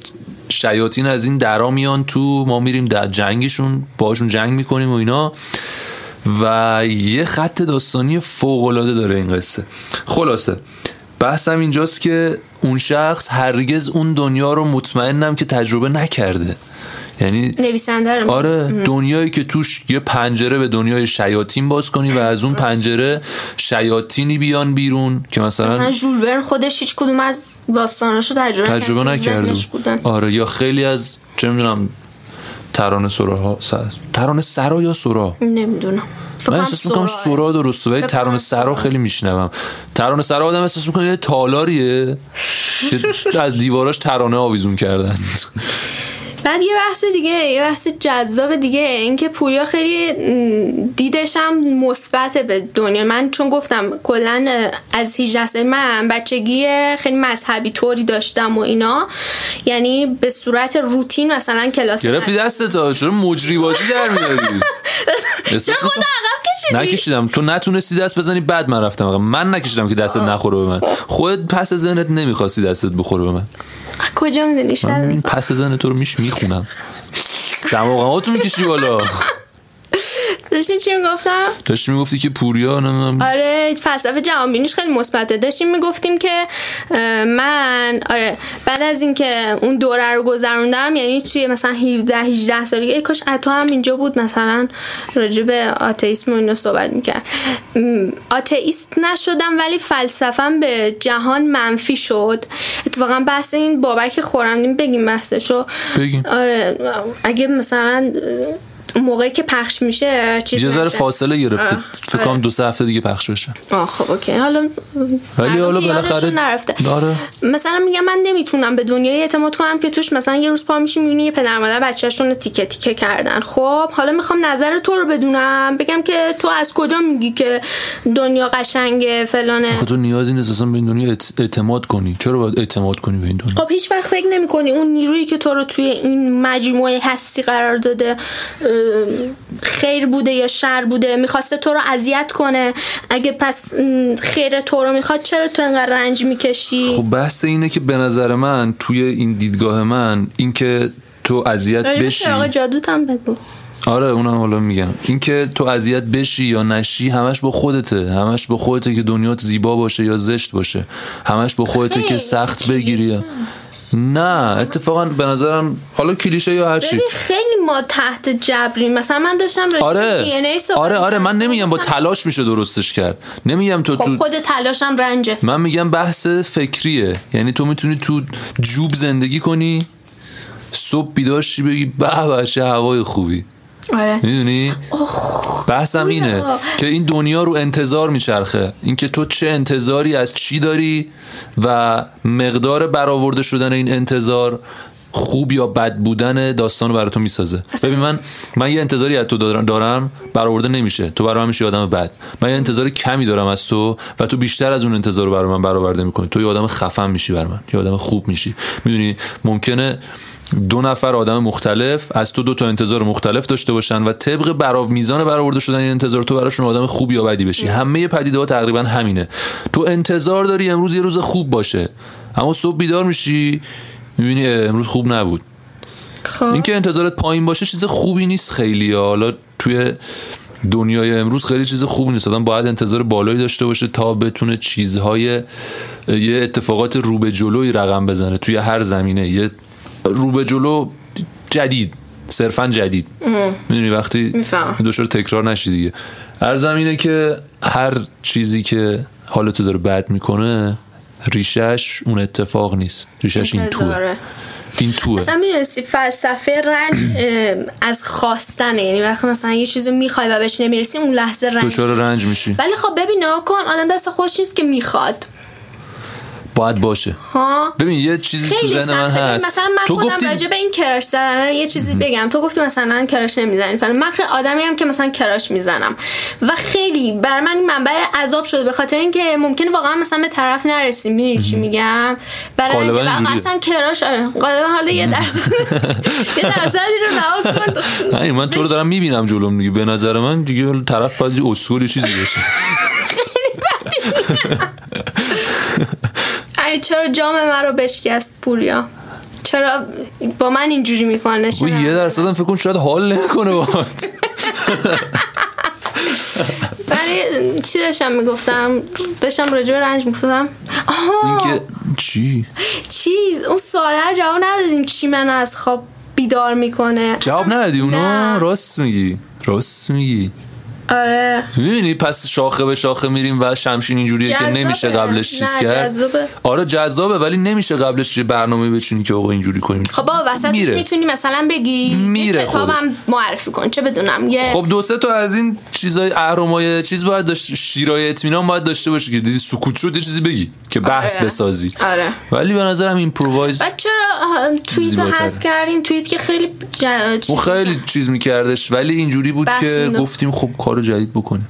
S2: شیاطین از این درا میان تو ما میریم در جنگشون باشون جنگ میکنیم و اینا و یه خط داستانی فوق‌العاده داره این قصه خلاصه بحثم اینجاست که اون شخص هرگز اون دنیا رو مطمئنم که تجربه نکرده یعنی
S3: نویسنده رو می‌گی.
S2: آره دنیایی که توش یه پنجره به دنیای شیاطین باز کنی و از اون پنجره شیاطینی بیان بیرون که
S3: مثلا
S2: مثلا
S3: ژول ورن خودش هیچ کدوم از داستاناشو تجربه
S2: تجربه
S3: نکرد.
S2: نکرده
S3: ذهنش بودن.
S2: آره یا خیلی از چه میدونم ترانه سراها ترانه سرا یا سرا
S3: نمیدونم فکر
S2: من
S3: کنم
S2: احساس میکنم
S3: سراه.
S2: سورا درسته ولی
S3: فکر کنم
S2: ترانه سرا خیلی میشنوم ترانه سرا آدم احساس میکنه یه تالاریه که از دیواراش ترانه آویزون کردن
S3: بعد یه بحث دیگه یه بحث جذاب دیگه اینکه پوریا خیلی م، دیدش هم مثبت به دنیا من چون گفتم کلا اه، از 18 سال من بچگی خیلی مذهبی طوری داشتم و اینا یعنی به صورت روتین مثلا کلاس
S2: گرفتی دست تا چرا مجری بازی در میاری
S3: چرا خود عقب کشیدی
S2: نکشیدم تو نتونستی دست بزنی بعد من رفتم عقب. من نکشیدم که دستت نخوره به من خودت پس ذهنت نمیخواستی دستت بخوره به من
S3: کجا میدونی
S2: من این
S3: شاید
S2: پس ذهن تو رو میش میخونم دماغماتو میکشی بالا
S3: داشتین چی میگفتم
S2: داشتی میگفتی که پوریا نمیدونم
S3: آره فلسفه جهانبینیش خیلی مثبته داشتیم میگفتیم که اه، من آره بعد از اینکه اون دوره رو گذروندم یعنی توی مثلا 17 18 سالگی ای کاش عطا هم اینجا بود مثلا راجع به آتئیسم و اینا صحبت میکرد آتئیست نشدم ولی فلسفم به جهان منفی شد اتفاقا بحث این بابک خورم بگیم بحثشو
S2: بگیم
S3: آره اگه مثلا اه، موقعی که پخش میشه چیز
S2: یه ذره
S3: نشه.
S2: فاصله گرفته
S3: آه، آره.
S2: فکر کنم دو سه هفته دیگه پخش بشه
S3: آه خب اوکی حالا
S2: ولی
S3: مردم
S2: حالا
S3: که یادشون
S2: بالاخره
S3: نرفته
S2: آره
S3: مثلا میگم من نمیتونم به دنیای اعتماد کنم که توش مثلا یه روز پا میشی میبینی یه پدر مادر بچهشون رو تیکه تیکه کردن خب حالا میخوام نظر تو رو بدونم بگم که تو از کجا میگی که دنیا قشنگه فلانه
S2: خب تو نیازی نیست اصلا به این دنیا اعت- اعتماد کنی چرا باید اعتماد کنی به این دنیا
S3: خب هیچ وقت فکر نمی کنی اون نیرویی که تو رو توی این مجموعه هستی قرار داده اه، خیر بوده یا شر بوده میخواسته تو رو اذیت کنه اگه پس م، خیر تو رو میخواد چرا تو انقدر رنج میکشی
S2: خب بحث اینه که به نظر من توی این دیدگاه من اینکه تو اذیت بشی
S3: آقا جادوت هم بگو
S2: آره اونم حالا میگم اینکه تو اذیت بشی یا نشی همش با خودته همش با خودته که دنیات زیبا باشه یا زشت باشه همش با خودته که
S3: خیلی
S2: سخت بگیری یا- نه اتفاقا به نظرم حالا کلیشه یا هر چی
S3: ببین خیلی ما تحت جبری مثلا من داشتم راجع
S2: آره
S3: به DNA صحبت
S2: آره آره من
S3: می‌کردم.
S2: نمیگم با تلاش میشه درستش کرد نمیگم تو
S3: خب
S2: تو
S3: خود تلاشم رنجه
S2: من میگم بحث فکریه یعنی تو میتونی تو جوب زندگی کنی صبح بیدار شی بگی به به چه هوای خوبی
S3: آره
S2: میدونی بحثم
S3: خوبه.
S2: اینه که این دنیا رو انتظار میچرخه اینکه تو چه انتظاری از چی داری و مقدار برآورده شدن این انتظار خوب یا بد بودن داستان رو برای تو میسازه ببین من من یه انتظاری از تو دار- دارم برآورده نمیشه تو برای من میشه آدم بد من یه انتظار کمی دارم از تو و تو بیشتر از اون انتظار رو برای من برآورده میکنی تو یه آدم خفن میشی برای من یه آدم خوب میشی میدونی ممکنه دو نفر آدم مختلف از تو دو تا انتظار مختلف داشته باشن و طبق برا میزان برآورده شدن این انتظار تو براشون آدم خوب یا بدی بشی همه پدیده ها تقریبا همینه تو انتظار داری امروز یه روز خوب باشه اما صبح بیدار میشی میبینی امروز خوب نبود
S3: خب
S2: اینکه انتظارت پایین باشه چیز خوبی نیست خیلی حالا توی دنیای امروز خیلی چیز خوبی نیست آدم باید انتظار بالایی داشته باشه تا بتونه چیزهای یه اتفاقات رو به جلوی رقم بزنه توی هر زمینه یه رو به جلو جدید صرفا جدید میدونی وقتی
S3: می‌فهمم.
S2: دچار تکرار نشی دیگه هر زمینه که هر چیزی که حالتو داره بد میکنه ریشش اون اتفاق نیست ریشش این توه
S3: انتظاره
S2: این توه
S3: مثلا میدونستی فلسفه رنج ام، از خواستنه یعنی وقتی مثلا یه چیزی میخوای و بهش نمیرسی اون لحظه رنج
S2: دچار رنج میشی
S3: ولی خب ببین نگاه کن آدم دست خوش نیست که میخواد
S2: باید باشه
S3: ها
S2: ببین یه چیزی تو
S3: خیلی
S2: ذهن من
S3: سخته ببین،
S2: هست
S3: مثلا من
S2: تو
S3: خودم
S2: گفتی
S3: راجع به این کراش زدن یه چیزی بگم تو گفتی مثلا کراش نمیزنی فلان من خیلی آدمی هم که مثلا کراش میزنم و خیلی بر من این منبع عذاب شده به خاطر اینکه ممکنه واقعا مثلا به طرف نرسیم میدونی چی میگم برای
S2: غالباً
S3: اینکه واقعا
S2: اینجوریه.
S3: اصلا کراش آره غالبا حالا یه درصد یه درصدی رو لحاظ کن
S2: نه من تو رو دارم میبینم جلوم دیگه به نظر من دیگه طرف باید یه اصول یه چیزی باشه
S3: ای چرا جام من رو بشکست پوریا چرا با من اینجوری میکنه
S2: و یه درصدم فکر کن شاید حال نکنه
S3: خب.
S2: با
S3: ولی چی داشتم میگفتم داشتم راجع به رنج میگفتم آها
S2: اینکه چی
S3: چیز اون سواله رو جواب ندادیم چی من از خواب بیدار میکنه
S2: جواب ندادی اونا
S3: نه.
S2: راست میگی راست میگی
S3: آره
S2: میبینی پس شاخه به شاخه میریم و شمشین اینجوریه که
S3: جذابه.
S2: نمیشه قبلش چیز
S3: نه،
S2: کرد
S3: جذابه.
S2: آره جذابه ولی نمیشه قبلش یه برنامه بچینی که آقا اینجوری کنیم
S3: خب با وسطش
S2: میره.
S3: میتونی مثلا بگی
S2: میره
S3: یه
S2: خودش.
S3: کتابم معرفی کن چه بدونم یه
S2: خب دو سه تا از این چیزای اهرمای چیز باید داشت شیرای اطمینان باید داشته باشه که دیدی سکوت شد یه چیزی بگی که بحث
S3: آره.
S2: بسازی
S3: آره
S2: ولی به نظرم ایمپرووایز
S3: بعد چرا آه، توییت رو
S2: زیباتره.
S3: حذف کردین توییت که خیلی ج... چیز-
S2: اون خیلی چیز میکردش ولی اینجوری بود
S3: بحث
S2: که
S3: اینو. بله.
S2: گفتیم خب کارو جدید بکنیم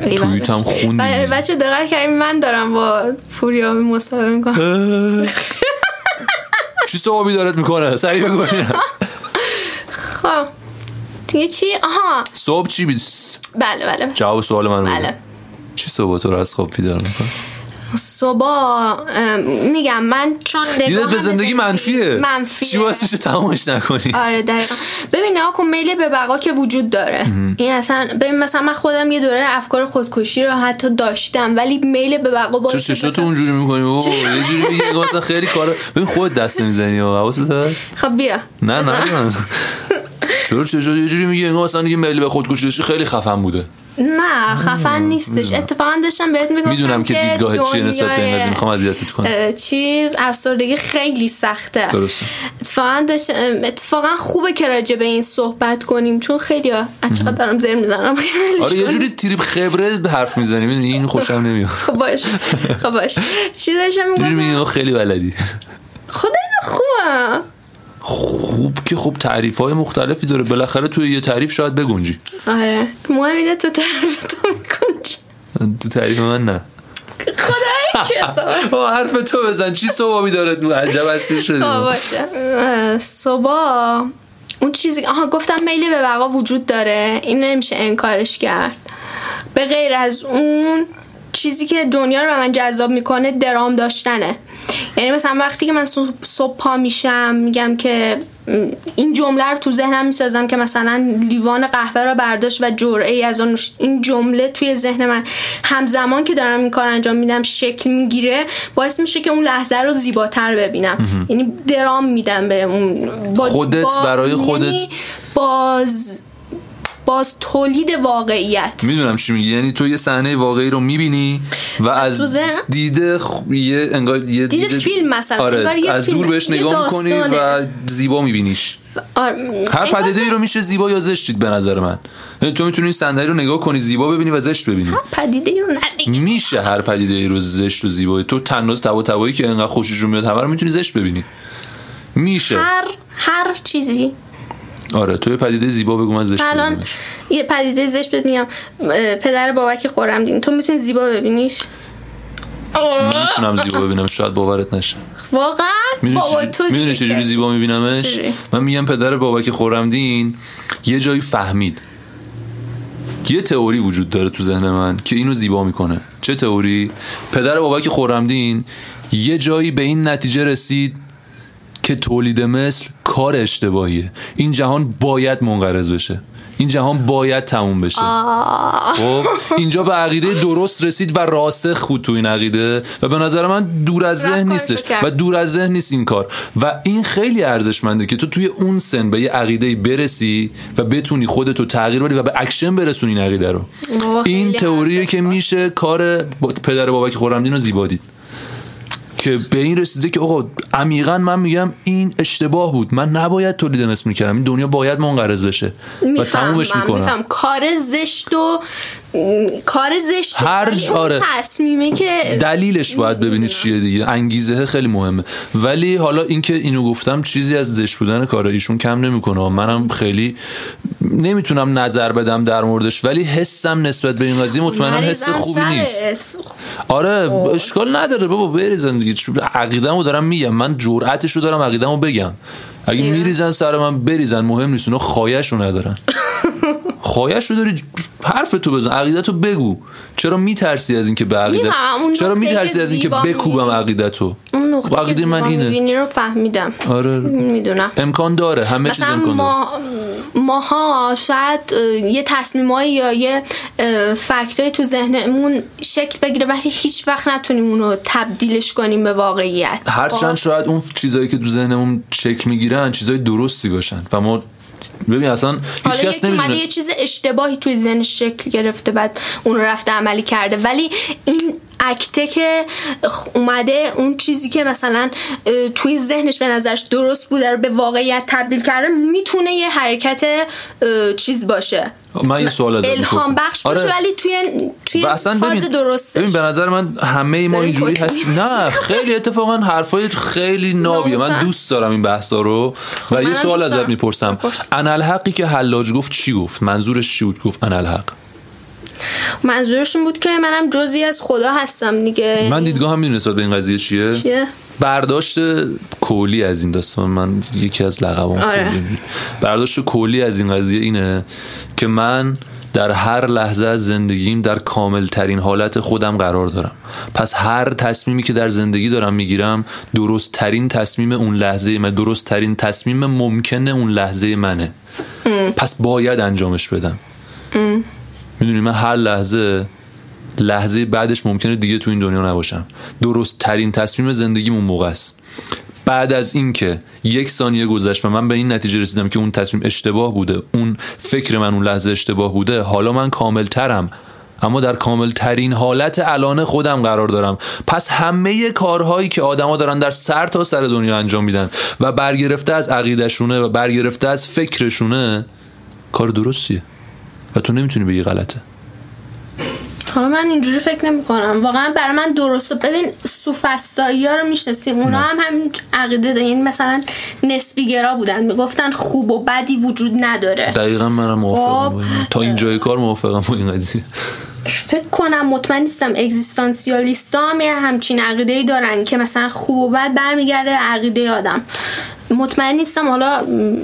S3: خیلی بده.
S2: توییت هم خوندیم
S3: ب-
S2: دیگه.
S3: بچه دقت کردیم من دارم با پوریا مصاحبه میکنم بله.
S2: اه. چی صحابی دارت میکنه سریع بگو
S3: خب دیگه چی آها
S2: صبح چی بی-
S3: بله بله
S2: جواب سوال من رو بده.
S3: بله
S2: چی صبح تو رو از خواب بیدار میکنه
S3: صبح ام، میگم من چون
S2: دیدت
S3: نگاهم
S2: به زندگی منفیه
S3: منفیه.
S2: چی باعث میشه تمامش نکنی
S3: آره دقیقا ببین نها کن میل به بقا که وجود داره این اصلا ببین مثلا من خودم یه دوره افکار خودکشی رو حتی داشتم ولی میل به بقا باعث
S2: چون
S3: شد
S2: چشاتو
S3: مثلا-
S2: اونجوری میکنی بابا یه جوری میگی انگار مثلا خیلی کارا ببین خودت دست نمیزنی و حواست هست
S3: خب بیا
S2: نه نه نه چرا چشات یه جوری میگی انگار مثلا دیگه میل به خودکشی داشتی خیلی خفن بوده
S3: نه خفن نیستش اتفاقا داشتم بهت میگفتم
S2: میدونم خب، که دیدگاهت چیه نسبت به این قضیه میخوام اذیتت کنم
S3: اه، چیز افسردگی خیلی سخته
S2: درسته
S3: اتفاقا, داشت- ام، اتفاقا خوبه که راجع به این صحبت کنیم چون خیلی ها- از چقدر دارم زیر میزنم
S2: آره یه جوری تریپ خبره به حرف میزنی میدونی این خوشم نمیاد
S3: خب باش خب باش چی داشتم
S2: یه جوری میگی
S3: میگم
S2: آقا خیلی بلدی
S3: خدا اینا خوبه
S2: خوب که خب تعریف های مختلفی داره بالاخره توی یه تعریف شاید بگنجی
S3: آره مهم اینه تو طرف تو میکنی
S2: تو تعریف من نه
S3: خدایی که صبح-
S2: آه، حرف تو بزن چی صبابی دارد عجب هستی
S3: آه،
S2: شده
S3: باشه اه، صبح اون چیزی که- آها گفتم میل به بقا وجود داره این نمیشه انکارش کرد به غیر از اون چیزی که دنیا رو به من جذاب میکنه درام داشتنه یعنی مثلا وقتی که من صبح- صبح پا میشم میگم که م، این جمله رو تو ذهنم میسازم که مثلا لیوان قهوه رو برداشت و جرعه ای از آن نوشید. این جمله توی ذهن من همزمان که دارم این کار انجام میدم شکل میگیره باعث میشه که اون لحظه رو زیباتر ببینم یعنی درام میدم به اون با-
S2: خودت
S3: با-
S2: برای خودت.
S3: یعنی باز باز تولید واقعیت
S2: میدونم چی میگی یعنی تو یه صحنه واقعی رو میبینی و از
S3: تو ذهن؟
S2: دیده خ- یه انگار یه
S3: دیده فیلم مثلا، انگار
S2: آره
S3: یه
S2: از
S3: فیلم،
S2: دور بهش
S3: یه
S2: نگاه میکنی و
S3: داستانه.
S2: زیبا میبینیش
S3: آره،
S2: هر
S3: انگار
S2: پدیده ای رو میشه زیبا یا زشت دید به نظر من یعنی تو میتونی صندلی رو نگاه کنی زیبا ببینی و زشت ببینی
S3: پدیده ای رو ندیگه
S2: میشه هر پدیده ای رو زشت و زیبایی تو تناز تبا تبایی که انقدر خوشش رو میاد همه رو میتونی زشت ببینی میشه
S3: هر هر چیزی
S2: آره تو یه پدیده زیبا بگو من زشت
S3: الان
S2: ببینمش.
S3: یه پدیده زشت بهت میگم اه، پدر بابک خورم دیم تو میتونی زیبا ببینیش
S2: میتونم زیبا ببینم شاید باورت نشه
S3: واقعا بابا تو
S2: میدونی
S3: دیگه.
S2: چجوری زیبا میبینمش
S3: چجوری؟
S2: من میگم پدر بابک خورمدین یه جایی فهمید یه تئوری وجود داره تو ذهن من که اینو زیبا میکنه چه تئوری پدر بابک خورمدین یه جایی به این نتیجه رسید که تولید مثل کار اشتباهیه این جهان باید منقرض بشه این جهان باید تموم بشه خب اینجا به عقیده درست رسید و راسخ بود تو این عقیده و به نظر من دور از ذهن
S3: رفتارشو
S2: نیستش
S3: کرد.
S2: و دور از ذهن نیست این کار و این خیلی ارزشمنده که تو توی اون سن به یه عقیده برسی و بتونی خودتو تغییر بدی و به اکشن برسونی این عقیده رو
S3: آه، خیلی
S2: این تئوریه
S3: حرفه.
S2: که میشه کار با- پدر بابک خورمدین رو زیبا دید که به این رسیده که آقا عمیقا من میگم این اشتباه بود من نباید تولید مثل میکردم این دنیا باید منقرض بشه و
S3: میفهمم
S2: تمومش میکنم
S3: میفهمم کار زشت و م، کار زشت و-
S2: هر-
S3: ولی اون
S2: آره.
S3: تصمیمه که
S2: دلیلش باید ببینید چیه دیگه انگیزه خیلی مهمه ولی حالا اینکه اینو گفتم چیزی از زشت بودن کار ایشون کم نمیکنه منم خیلی نمیتونم نظر بدم در موردش ولی حسم نسبت به این قضیه مطمئنا حس
S3: مریضم
S2: خوبی نیست
S3: سرت. خب.
S2: آره اشکال نداره بابا بریزن دیگه چون عقیده‌مو دارم میگم من جرأتش رو دارم عقیده‌مو بگم اگه میریزن سر من بریزن مهم نیست اونا خواهش رو ندارن خواهش رو داری ج- حرف تو بزن عقیدتو بگو چرا میترسی از اینکه به عقیدت
S3: میفهمم. اون
S2: چرا
S3: نقطه‌ای
S2: میترسی
S3: که
S2: از اینکه
S3: زیبا
S2: بکوبم
S3: می‌بینی.
S2: عقیدتو
S3: اون نقطه
S2: عقیده
S3: که
S2: من
S3: من
S2: اینه.
S3: میبینی رو فهمیدم
S2: آره
S3: میدونم
S2: امکان داره همه چیز
S3: مثلا
S2: امکان داره
S3: ما ماها شاید اه، یه تصمیمایی یا یه فکتایی تو ذهنمون شکل بگیره ولی هیچ وقت نتونیم اونو تبدیلش کنیم به واقعیت خب،
S2: هرچند شاید اون چیزایی که تو ذهنمون شکل میگیرن چیزای درستی باشن و ما ببین اصلا هیچ
S3: حالا
S2: کس
S3: یکی اومده
S2: نمیدونه
S3: یه چیز اشتباهی توی ذهن شکل گرفته بعد اون رو رفته عملی کرده ولی این اکته که خ- اومده اون چیزی که مثلا اه، توی ذهنش به نظرش درست بوده رو به واقعیت تبدیل کرده میتونه یه حرکت اه، چیز باشه
S2: من یه سوال ازت
S3: الهام
S2: می‌پرسم.
S3: بخش باشه
S2: آره.
S3: ولی توی توی
S2: و اصلا
S3: فاز
S2: ببین
S3: درستش
S2: ببین به نظر من همه ما
S3: داریم
S2: اینجوری
S3: کلی
S2: هستیم نه خیلی اتفاقا حرفای خیلی نابیه من
S3: ناموسن.
S2: دوست دارم این بحثا رو و یه
S3: خب، منم
S2: سوال
S3: دوست
S2: ازت
S3: دارم.
S2: میپرسم
S3: بپرس.
S2: انالحقی که حلاج گفت چی گفت منظورش چی بود گفت انالحق
S3: منظورشون بود که منم جزی از خدا هستم دیگه
S2: من دیدگاه هم میدونی نسبت به این قضیه چیه
S3: یعنی؟ چیه؟
S2: برداشت کلی از این داستان من یکی از لقبام
S3: آره.
S2: کلی برداشت کلی از این قضیه اینه که من در هر لحظه از زندگیم در کامل ترین حالت خودم قرار دارم پس هر تصمیمی که در زندگی دارم میگیرم درست ترین تصمیم اون لحظه من درست ترین تصمیم ممکنه اون لحظه منه پس باید انجامش بدم میدونی من هر لحظه لحظه بعدش ممکنه دیگه تو این دنیا نباشم درست ترین تصمیم زندگیم اون موقع است بعد از اینکه یک ثانیه گذشت و من به این نتیجه رسیدم که اون تصمیم اشتباه بوده اون فکر من اون لحظه اشتباه بوده حالا من کامل ترم اما در کامل ترین حالت الان خودم قرار دارم پس همه کارهایی که آدما دارن در سر تا سر دنیا انجام میدن و برگرفته از عقیدشونه و برگرفته از فکرشونه کار درستیه و تو نمیتونی بگی غلطه
S3: حالا من اینجوری فکر نمی کنم واقعا برای من درسته ببین سوفسطایی ها رو میشناسی اونا هم همین عقیده دارن یعنی مثلا نسبی گرا بودن میگفتن خوب و بدی وجود نداره
S2: دقیقا منم موافقم
S3: خب.
S2: با این. تا اینجای کار موافقم با این قضیه
S3: فکر کنم مطمئن نیستم اگزیستانسیالیست هم یه همچین عقیده ای دارن که مثلا خوب و بد برمیگرده عقیده آدم مطمئن نیستم حالا م،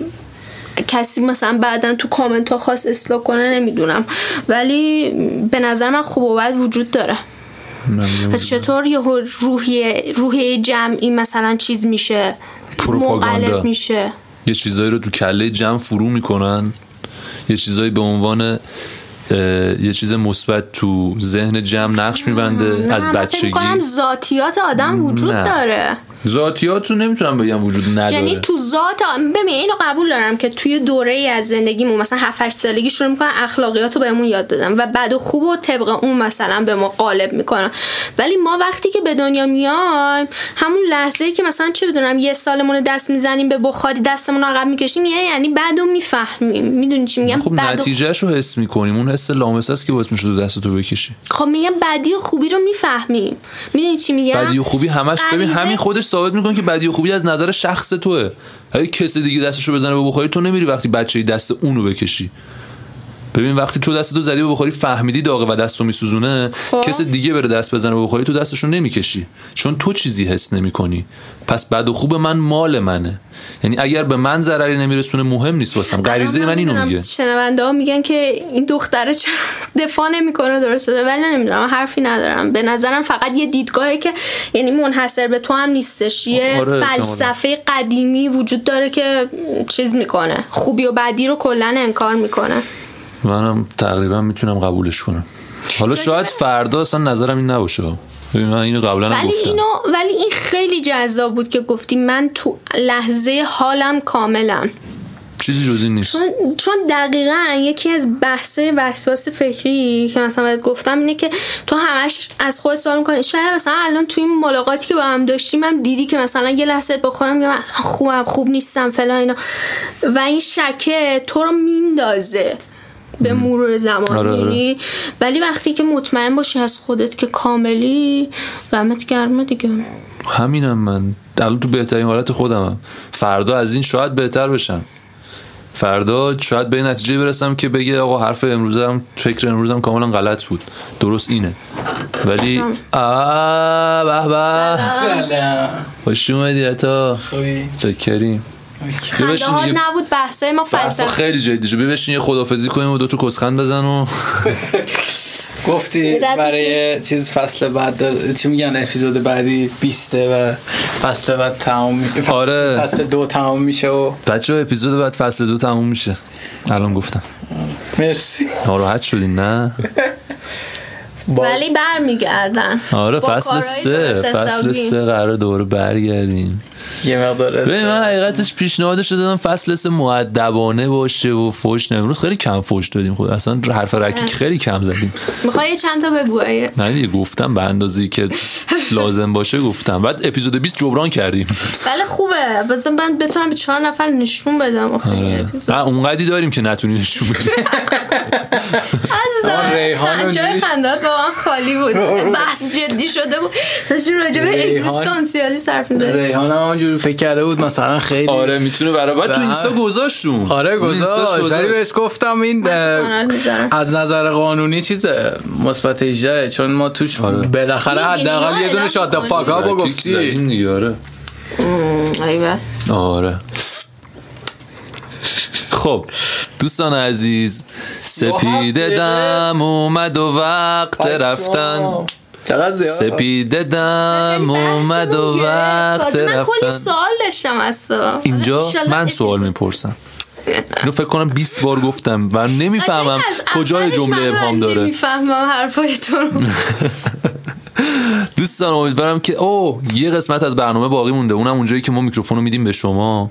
S3: کسی مثلا بعدا تو کامنت ها خواست اصلاح کنه نمیدونم ولی م، به نظر من خوب و بد وجود داره
S2: من میگم
S3: و چطور یه روحیه روحیه جمعی مثلا چیز میشه
S2: پروپاگاندا.
S3: منقلب میشه
S2: یه چیزایی رو تو کله جمع فرو میکنن یه چیزایی به عنوان اه، یه چیز مثبت تو ذهن جمع نقش میبنده
S3: نه،
S2: از
S3: من فکر
S2: بچگی
S3: میکنم ذاتیات آدم وجود
S2: نه.
S3: داره
S2: ذاتیات رو نمیتونم بگم وجود
S3: یعنی
S2: نداره
S3: تو ذات آ- ببین اینو قبول دارم که توی دوره ای از زندگیمون مثلا 7 8 سالگی شروع میکنن اخلاقیات رو بهمون یاد دادن و بد و خوب و طبق اون مثلا به ما قالب میکنن ولی ما وقتی که به دنیا میایم همون لحظه ای که مثلا چه بدونم یه سالمون رو دست میزنیم به بخاری دستمون رو عقب میکشیم یه یعنی بعد رو میفهمیم میدونی چی میگم
S2: خب
S3: بد و
S2: نتیجهش رو حس میکنیم اون حس لامسه است که باعث میشه تو دستتو بکشی
S3: خب میگم بدی و خوبی رو میفهمیم میدونی چی میگم
S2: بدی و خوبی همش ببین
S3: غریزه-
S2: همین خودش ثابت میکنه که بدی و خوبی از نظر شخص توه اگه کسی دیگه دستشو بزنه به بخاری تو نمیری وقتی بچه دست اونو بکشی ببین وقتی تو دست تو زدی به بخاری فهمیدی داغه و دستو میسوزونه
S3: خب.
S2: کس دیگه بره دست بزنه به بخاری تو دستشو نمیکشی چون تو چیزی حس نمیکنی پس بد و خوب من مال منه یعنی اگر به من ضرری نمیرسونه مهم نیست واسم غریزه من اینو میگه
S3: شنونده ها میگن که این دختره چرا دفاع نمیکنه درسته ولی نمیدونم حرفی ندارم به نظرم فقط یه دیدگاهی که یعنی منحصر به تو هم نیستش یه
S2: آره، احتمالاً.
S3: فلسفه قدیمی وجود داره که چیز میکنه خوبی و بدی رو کلا انکار میکنه
S2: منم تقریبا میتونم قبولش کنم حالا شاید فردا اصلا نظرم این نباشه ببین، من اینو قبلا هم
S3: ولی
S2: گفتم
S3: اینو ولی این خیلی جذاب بود که گفتی من تو لحظه حالم کاملا
S2: چیزی جز این نیست
S3: چون- چون دقیقا یکی از بحثای وسواس فکری که مثلا بهت گفتم اینه که تو همش از خود سوال میکنی شاید مثلا الان توی این ملاقاتی که با هم داشتیم هم دیدی که مثلا یه لحظه با خودم میگم من خوبم خوب نیستم فلان اینا و این شکه تو رو میندازه به مرور زمان
S2: آره، آره.
S3: می‌بینی. ولی وقتی که مطمئن باشی از خودت که کاملی دمت گرمه دیگه
S2: همینم من الان تو بهترین حالت خودمم فردا از این شاید بهتر بشم فردا شاید به این نتیجه برسم که بگه آقا حرف امروزم فکر امروزم کاملا غلط بود درست اینه ولی آه به به
S1: سلام
S2: خوش اومدی عطا
S1: خوبی
S2: چکریم بیا
S3: خنده
S2: بشین
S3: ها
S2: دیگه.
S3: نبود بحثای ما
S2: بحثا
S3: فلسفه
S2: خیلی جدی شد بیا بشین یه خدافزی کنیم و دو تو کسخند بزن و
S1: گفتی
S3: رد میشه.
S1: برای چیز فصل بعد دار- چی میگن اپیزود بعدی 20 و فصل بعد تمام می- فصل-
S2: آره.
S1: فصل دو تمام میشه و
S2: بچه اپیزود بعد فصل دو تموم میشه الان گفتم
S1: مرسی
S2: ناراحت شدین نه
S1: با-
S3: ولی برمیگردن
S2: آره
S3: با
S2: فصل
S3: کارهای
S2: سه
S3: درست
S2: فصل
S3: حسابی.
S2: سه قرار دوباره برگردیم
S1: یه مقدار است.
S2: ببین من حقیقتش پیشنهادش رو دادم فصل سه معدبانه باشه و فوش نه امروز خیلی کم فوش دادیم خود اصلا حرف رکیک خیلی کم زدیم
S3: میخوای یه چند تا بگویی
S2: نه دیگه گفتم به اندازی که لازم باشه گفتم بعد اپیزود 20 جبران کردیم
S3: بله خوبه بذار من بتونم به چهار نفر نشون بدم آخه این
S2: آره.
S3: اپیزود.
S2: نه اونقدی داریم که نتونی نشون بدی.
S3: عزیزم،
S1: آقا ریحان رو
S3: جای
S1: دیدی؟
S3: خندات واقعا خالی بود بحث جدی شده بود داشتیم راجع به
S1: ریحان-
S3: اگزیستانسیالی صرف می‌زدیم
S1: ریحان هم همونجوری فکر کرده بود مثلا خیلی
S2: آره میتونه برای بعد تو
S1: بله.
S2: اینستا گذاشتون
S1: آره
S2: اون اینستاش
S1: گذاشت ولی بهش گفتم این
S3: کانال می‌ذارم.
S1: اه، از نظر قانونی چیزه مثبت 18 چون ما توش
S2: آره.
S1: بالاخره
S3: می‌بینی، ما
S1: حداقل یه دونه
S3: اعلام
S1: شات فاک ها با
S2: رکیک
S1: گفتی
S2: زدیم دیگه، آره
S3: ای بابا.
S2: آره خب دوستان عزیز سپید دم اومد و وقت رفتن
S1: چقدر زیاد
S2: سپید دم
S3: خیلی بحثمون
S2: اومد و
S3: گرفت.
S2: وقت
S3: تازه من کلی
S2: رفتن
S3: سوال داشتم از تو
S2: اینجا
S3: انشالله
S2: من
S3: اپیزود-
S2: سوال میپرسم اینو فکر کنم 20 بار گفتم و نمیفهمم
S3: قشنگ از
S2: کجای
S3: اولش
S2: جمله
S3: من
S2: ابهام داره
S3: نمیفهمم حرفای تو رو
S2: دوستان امیدوارم که او یه قسمت از برنامه باقی مونده اونم اونجایی که ما میکروفون رو میدیم به شما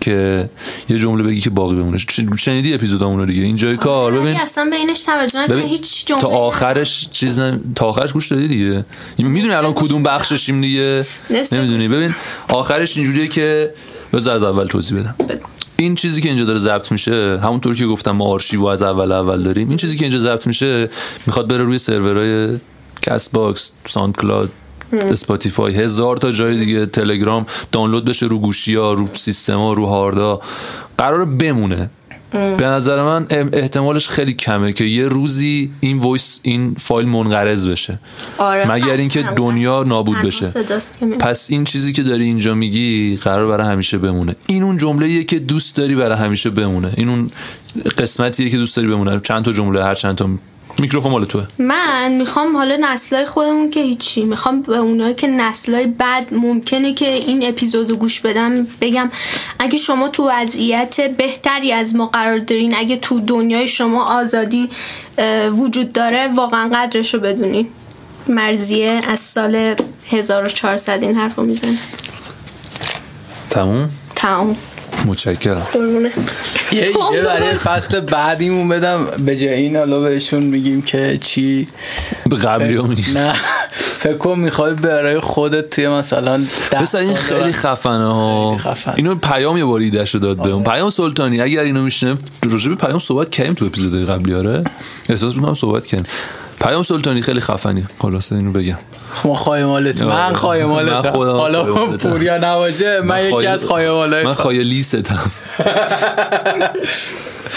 S2: که یه جمله بگی که باقی بمونه چ- شنیدی اپیزودامون رو دیگه اینجای کار ببین
S3: ولی اصلا به اینش توجه نکنه
S2: ببین،
S3: هیچ جمله
S2: تا آخرش چیز نم... تا آخرش گوش دادی دیگه یعنی میدونی الان کدوم بخششیم دیگه
S3: نصف
S2: نمیدونی ببین آخرش اینجوریه که بذار از اول توضیح بدم
S3: بگو.
S2: این چیزی که اینجا داره ضبط میشه همونطور که گفتم ما آرشیو از اول اول داریم این چیزی که اینجا ضبط میشه میخواد بره روی سرورهای کست باکس ساند کلاد اسپاتیفای هزار تا جای دیگه تلگرام دانلود بشه رو گوشی ها رو سیستما رو هاردا قرار بمونه به نظر من ام- احتمالش خیلی کمه که یه روزی این وایس این فایل منقرض بشه
S3: آره
S2: مگر اینکه
S3: حتما.
S2: دنیا نابود
S3: تنها
S2: بشه
S3: صداست که می-
S2: پس این چیزی که داری اینجا میگی قرار برای همیشه بمونه این اون جمله که دوست داری برای همیشه بمونه این اون قسمتیه که دوست داری بمونه چند تا جمله هر چند تا میکروفون مال توه
S3: من میخوام حالا نسلای خودمون که هیچی میخوام به اونایی که نسلای بعد ممکنه که این اپیزود رو گوش بدم بگم اگه شما تو وضعیت بهتری از ما قرار دارین اگه تو دنیای شما آزادی اه، وجود داره واقعا قدرش رو بدونین مرزیه از سال 1400 این حرف رو میزنه
S2: تموم
S3: تمام
S2: متشکرم
S3: قربونه
S1: یه
S3: خب.
S1: ایده برای فصل بعدیمون بدم به جای این حالا بهشون میگیم که چی
S2: به قبلی هم
S1: نه فکر کن میخوای برای خودت توی مثلا ده
S2: مثلا این
S1: سال
S2: خیلی خفنه ها
S1: خیلی خفن. آره.
S2: اینو پیام یه بار ایده‌شو داد بهم پیام سلطانی اگر اینو میشنه راجع به پیام صحبت کردیم تو اپیزود قبلی آره احساس میکنم صحبت کردیم پیام سلطانی خیلی خفنی خلاصه اینو بگم
S1: ما خایمالت من
S2: آره.
S1: خایمالت
S2: من خودم
S1: حالا
S2: خایمالتم.
S1: پوریا نباشه من یکی
S2: خایل-
S1: از خایمالت
S2: من خایلی ستم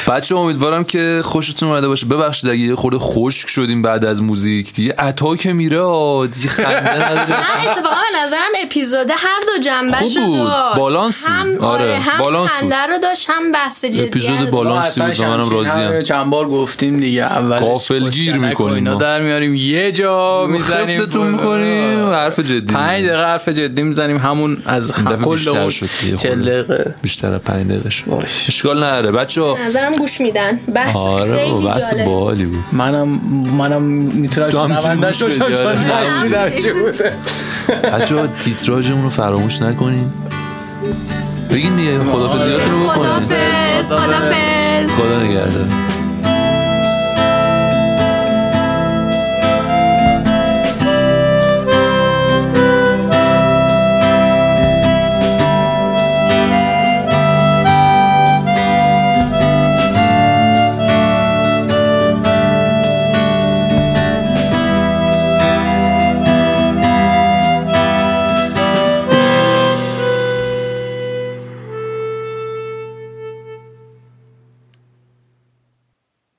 S2: بچه امیدوارم که خوشتون اومده باشه ببخشید اگه یه خورده خشک شدیم بعد از موزیک دیگه عطا که میره آه، دیگه خنده نداره
S3: من اتفاقا به نظرم اپیزود هر دو جنبه
S2: خوب
S3: شد
S2: بود.
S3: داشت
S2: بالانس بود.
S3: هم
S2: آره،
S3: هم
S2: بالانس بود.
S3: خنده رو داشت هم بحث جدی
S2: اپیزود
S3: رو داشت.
S2: بالانس بود و منم راضیم.
S1: چند بار گفتیم دیگه اول
S2: غافلگیر می‌کنیم
S1: اینا
S2: ما.
S1: در میاریم یه جا میزنیم
S2: خفتتون میکنیم حرف جدی
S1: پنج دقیقه حرف جدی میزنیم همون از
S2: دفعه
S1: هم- کل
S2: بیشتر
S1: اون
S2: شد دیگه خب.
S1: چل
S2: خورده.
S1: دقیقه
S2: بیشتر از پنج دقیقه شد.
S1: باش.
S2: اشکال نداره بچه
S3: به نظرم گوش میدن بحث
S2: آره
S3: خیلی
S2: بابا، بحث
S3: جالب
S2: بالی بود
S1: منم منم میتونم
S2: تو هم
S1: شنونده
S2: می‌تونی
S1: شدم
S2: گوش بدی،
S1: چون
S2: آره.
S1: نشنیدم چی بوده
S2: بچه تیتراژمون رو فراموش نکنیم بگین دیگه خدافزیاتون رو بکنیم
S3: خدافز خدافز
S2: خدا نگهدار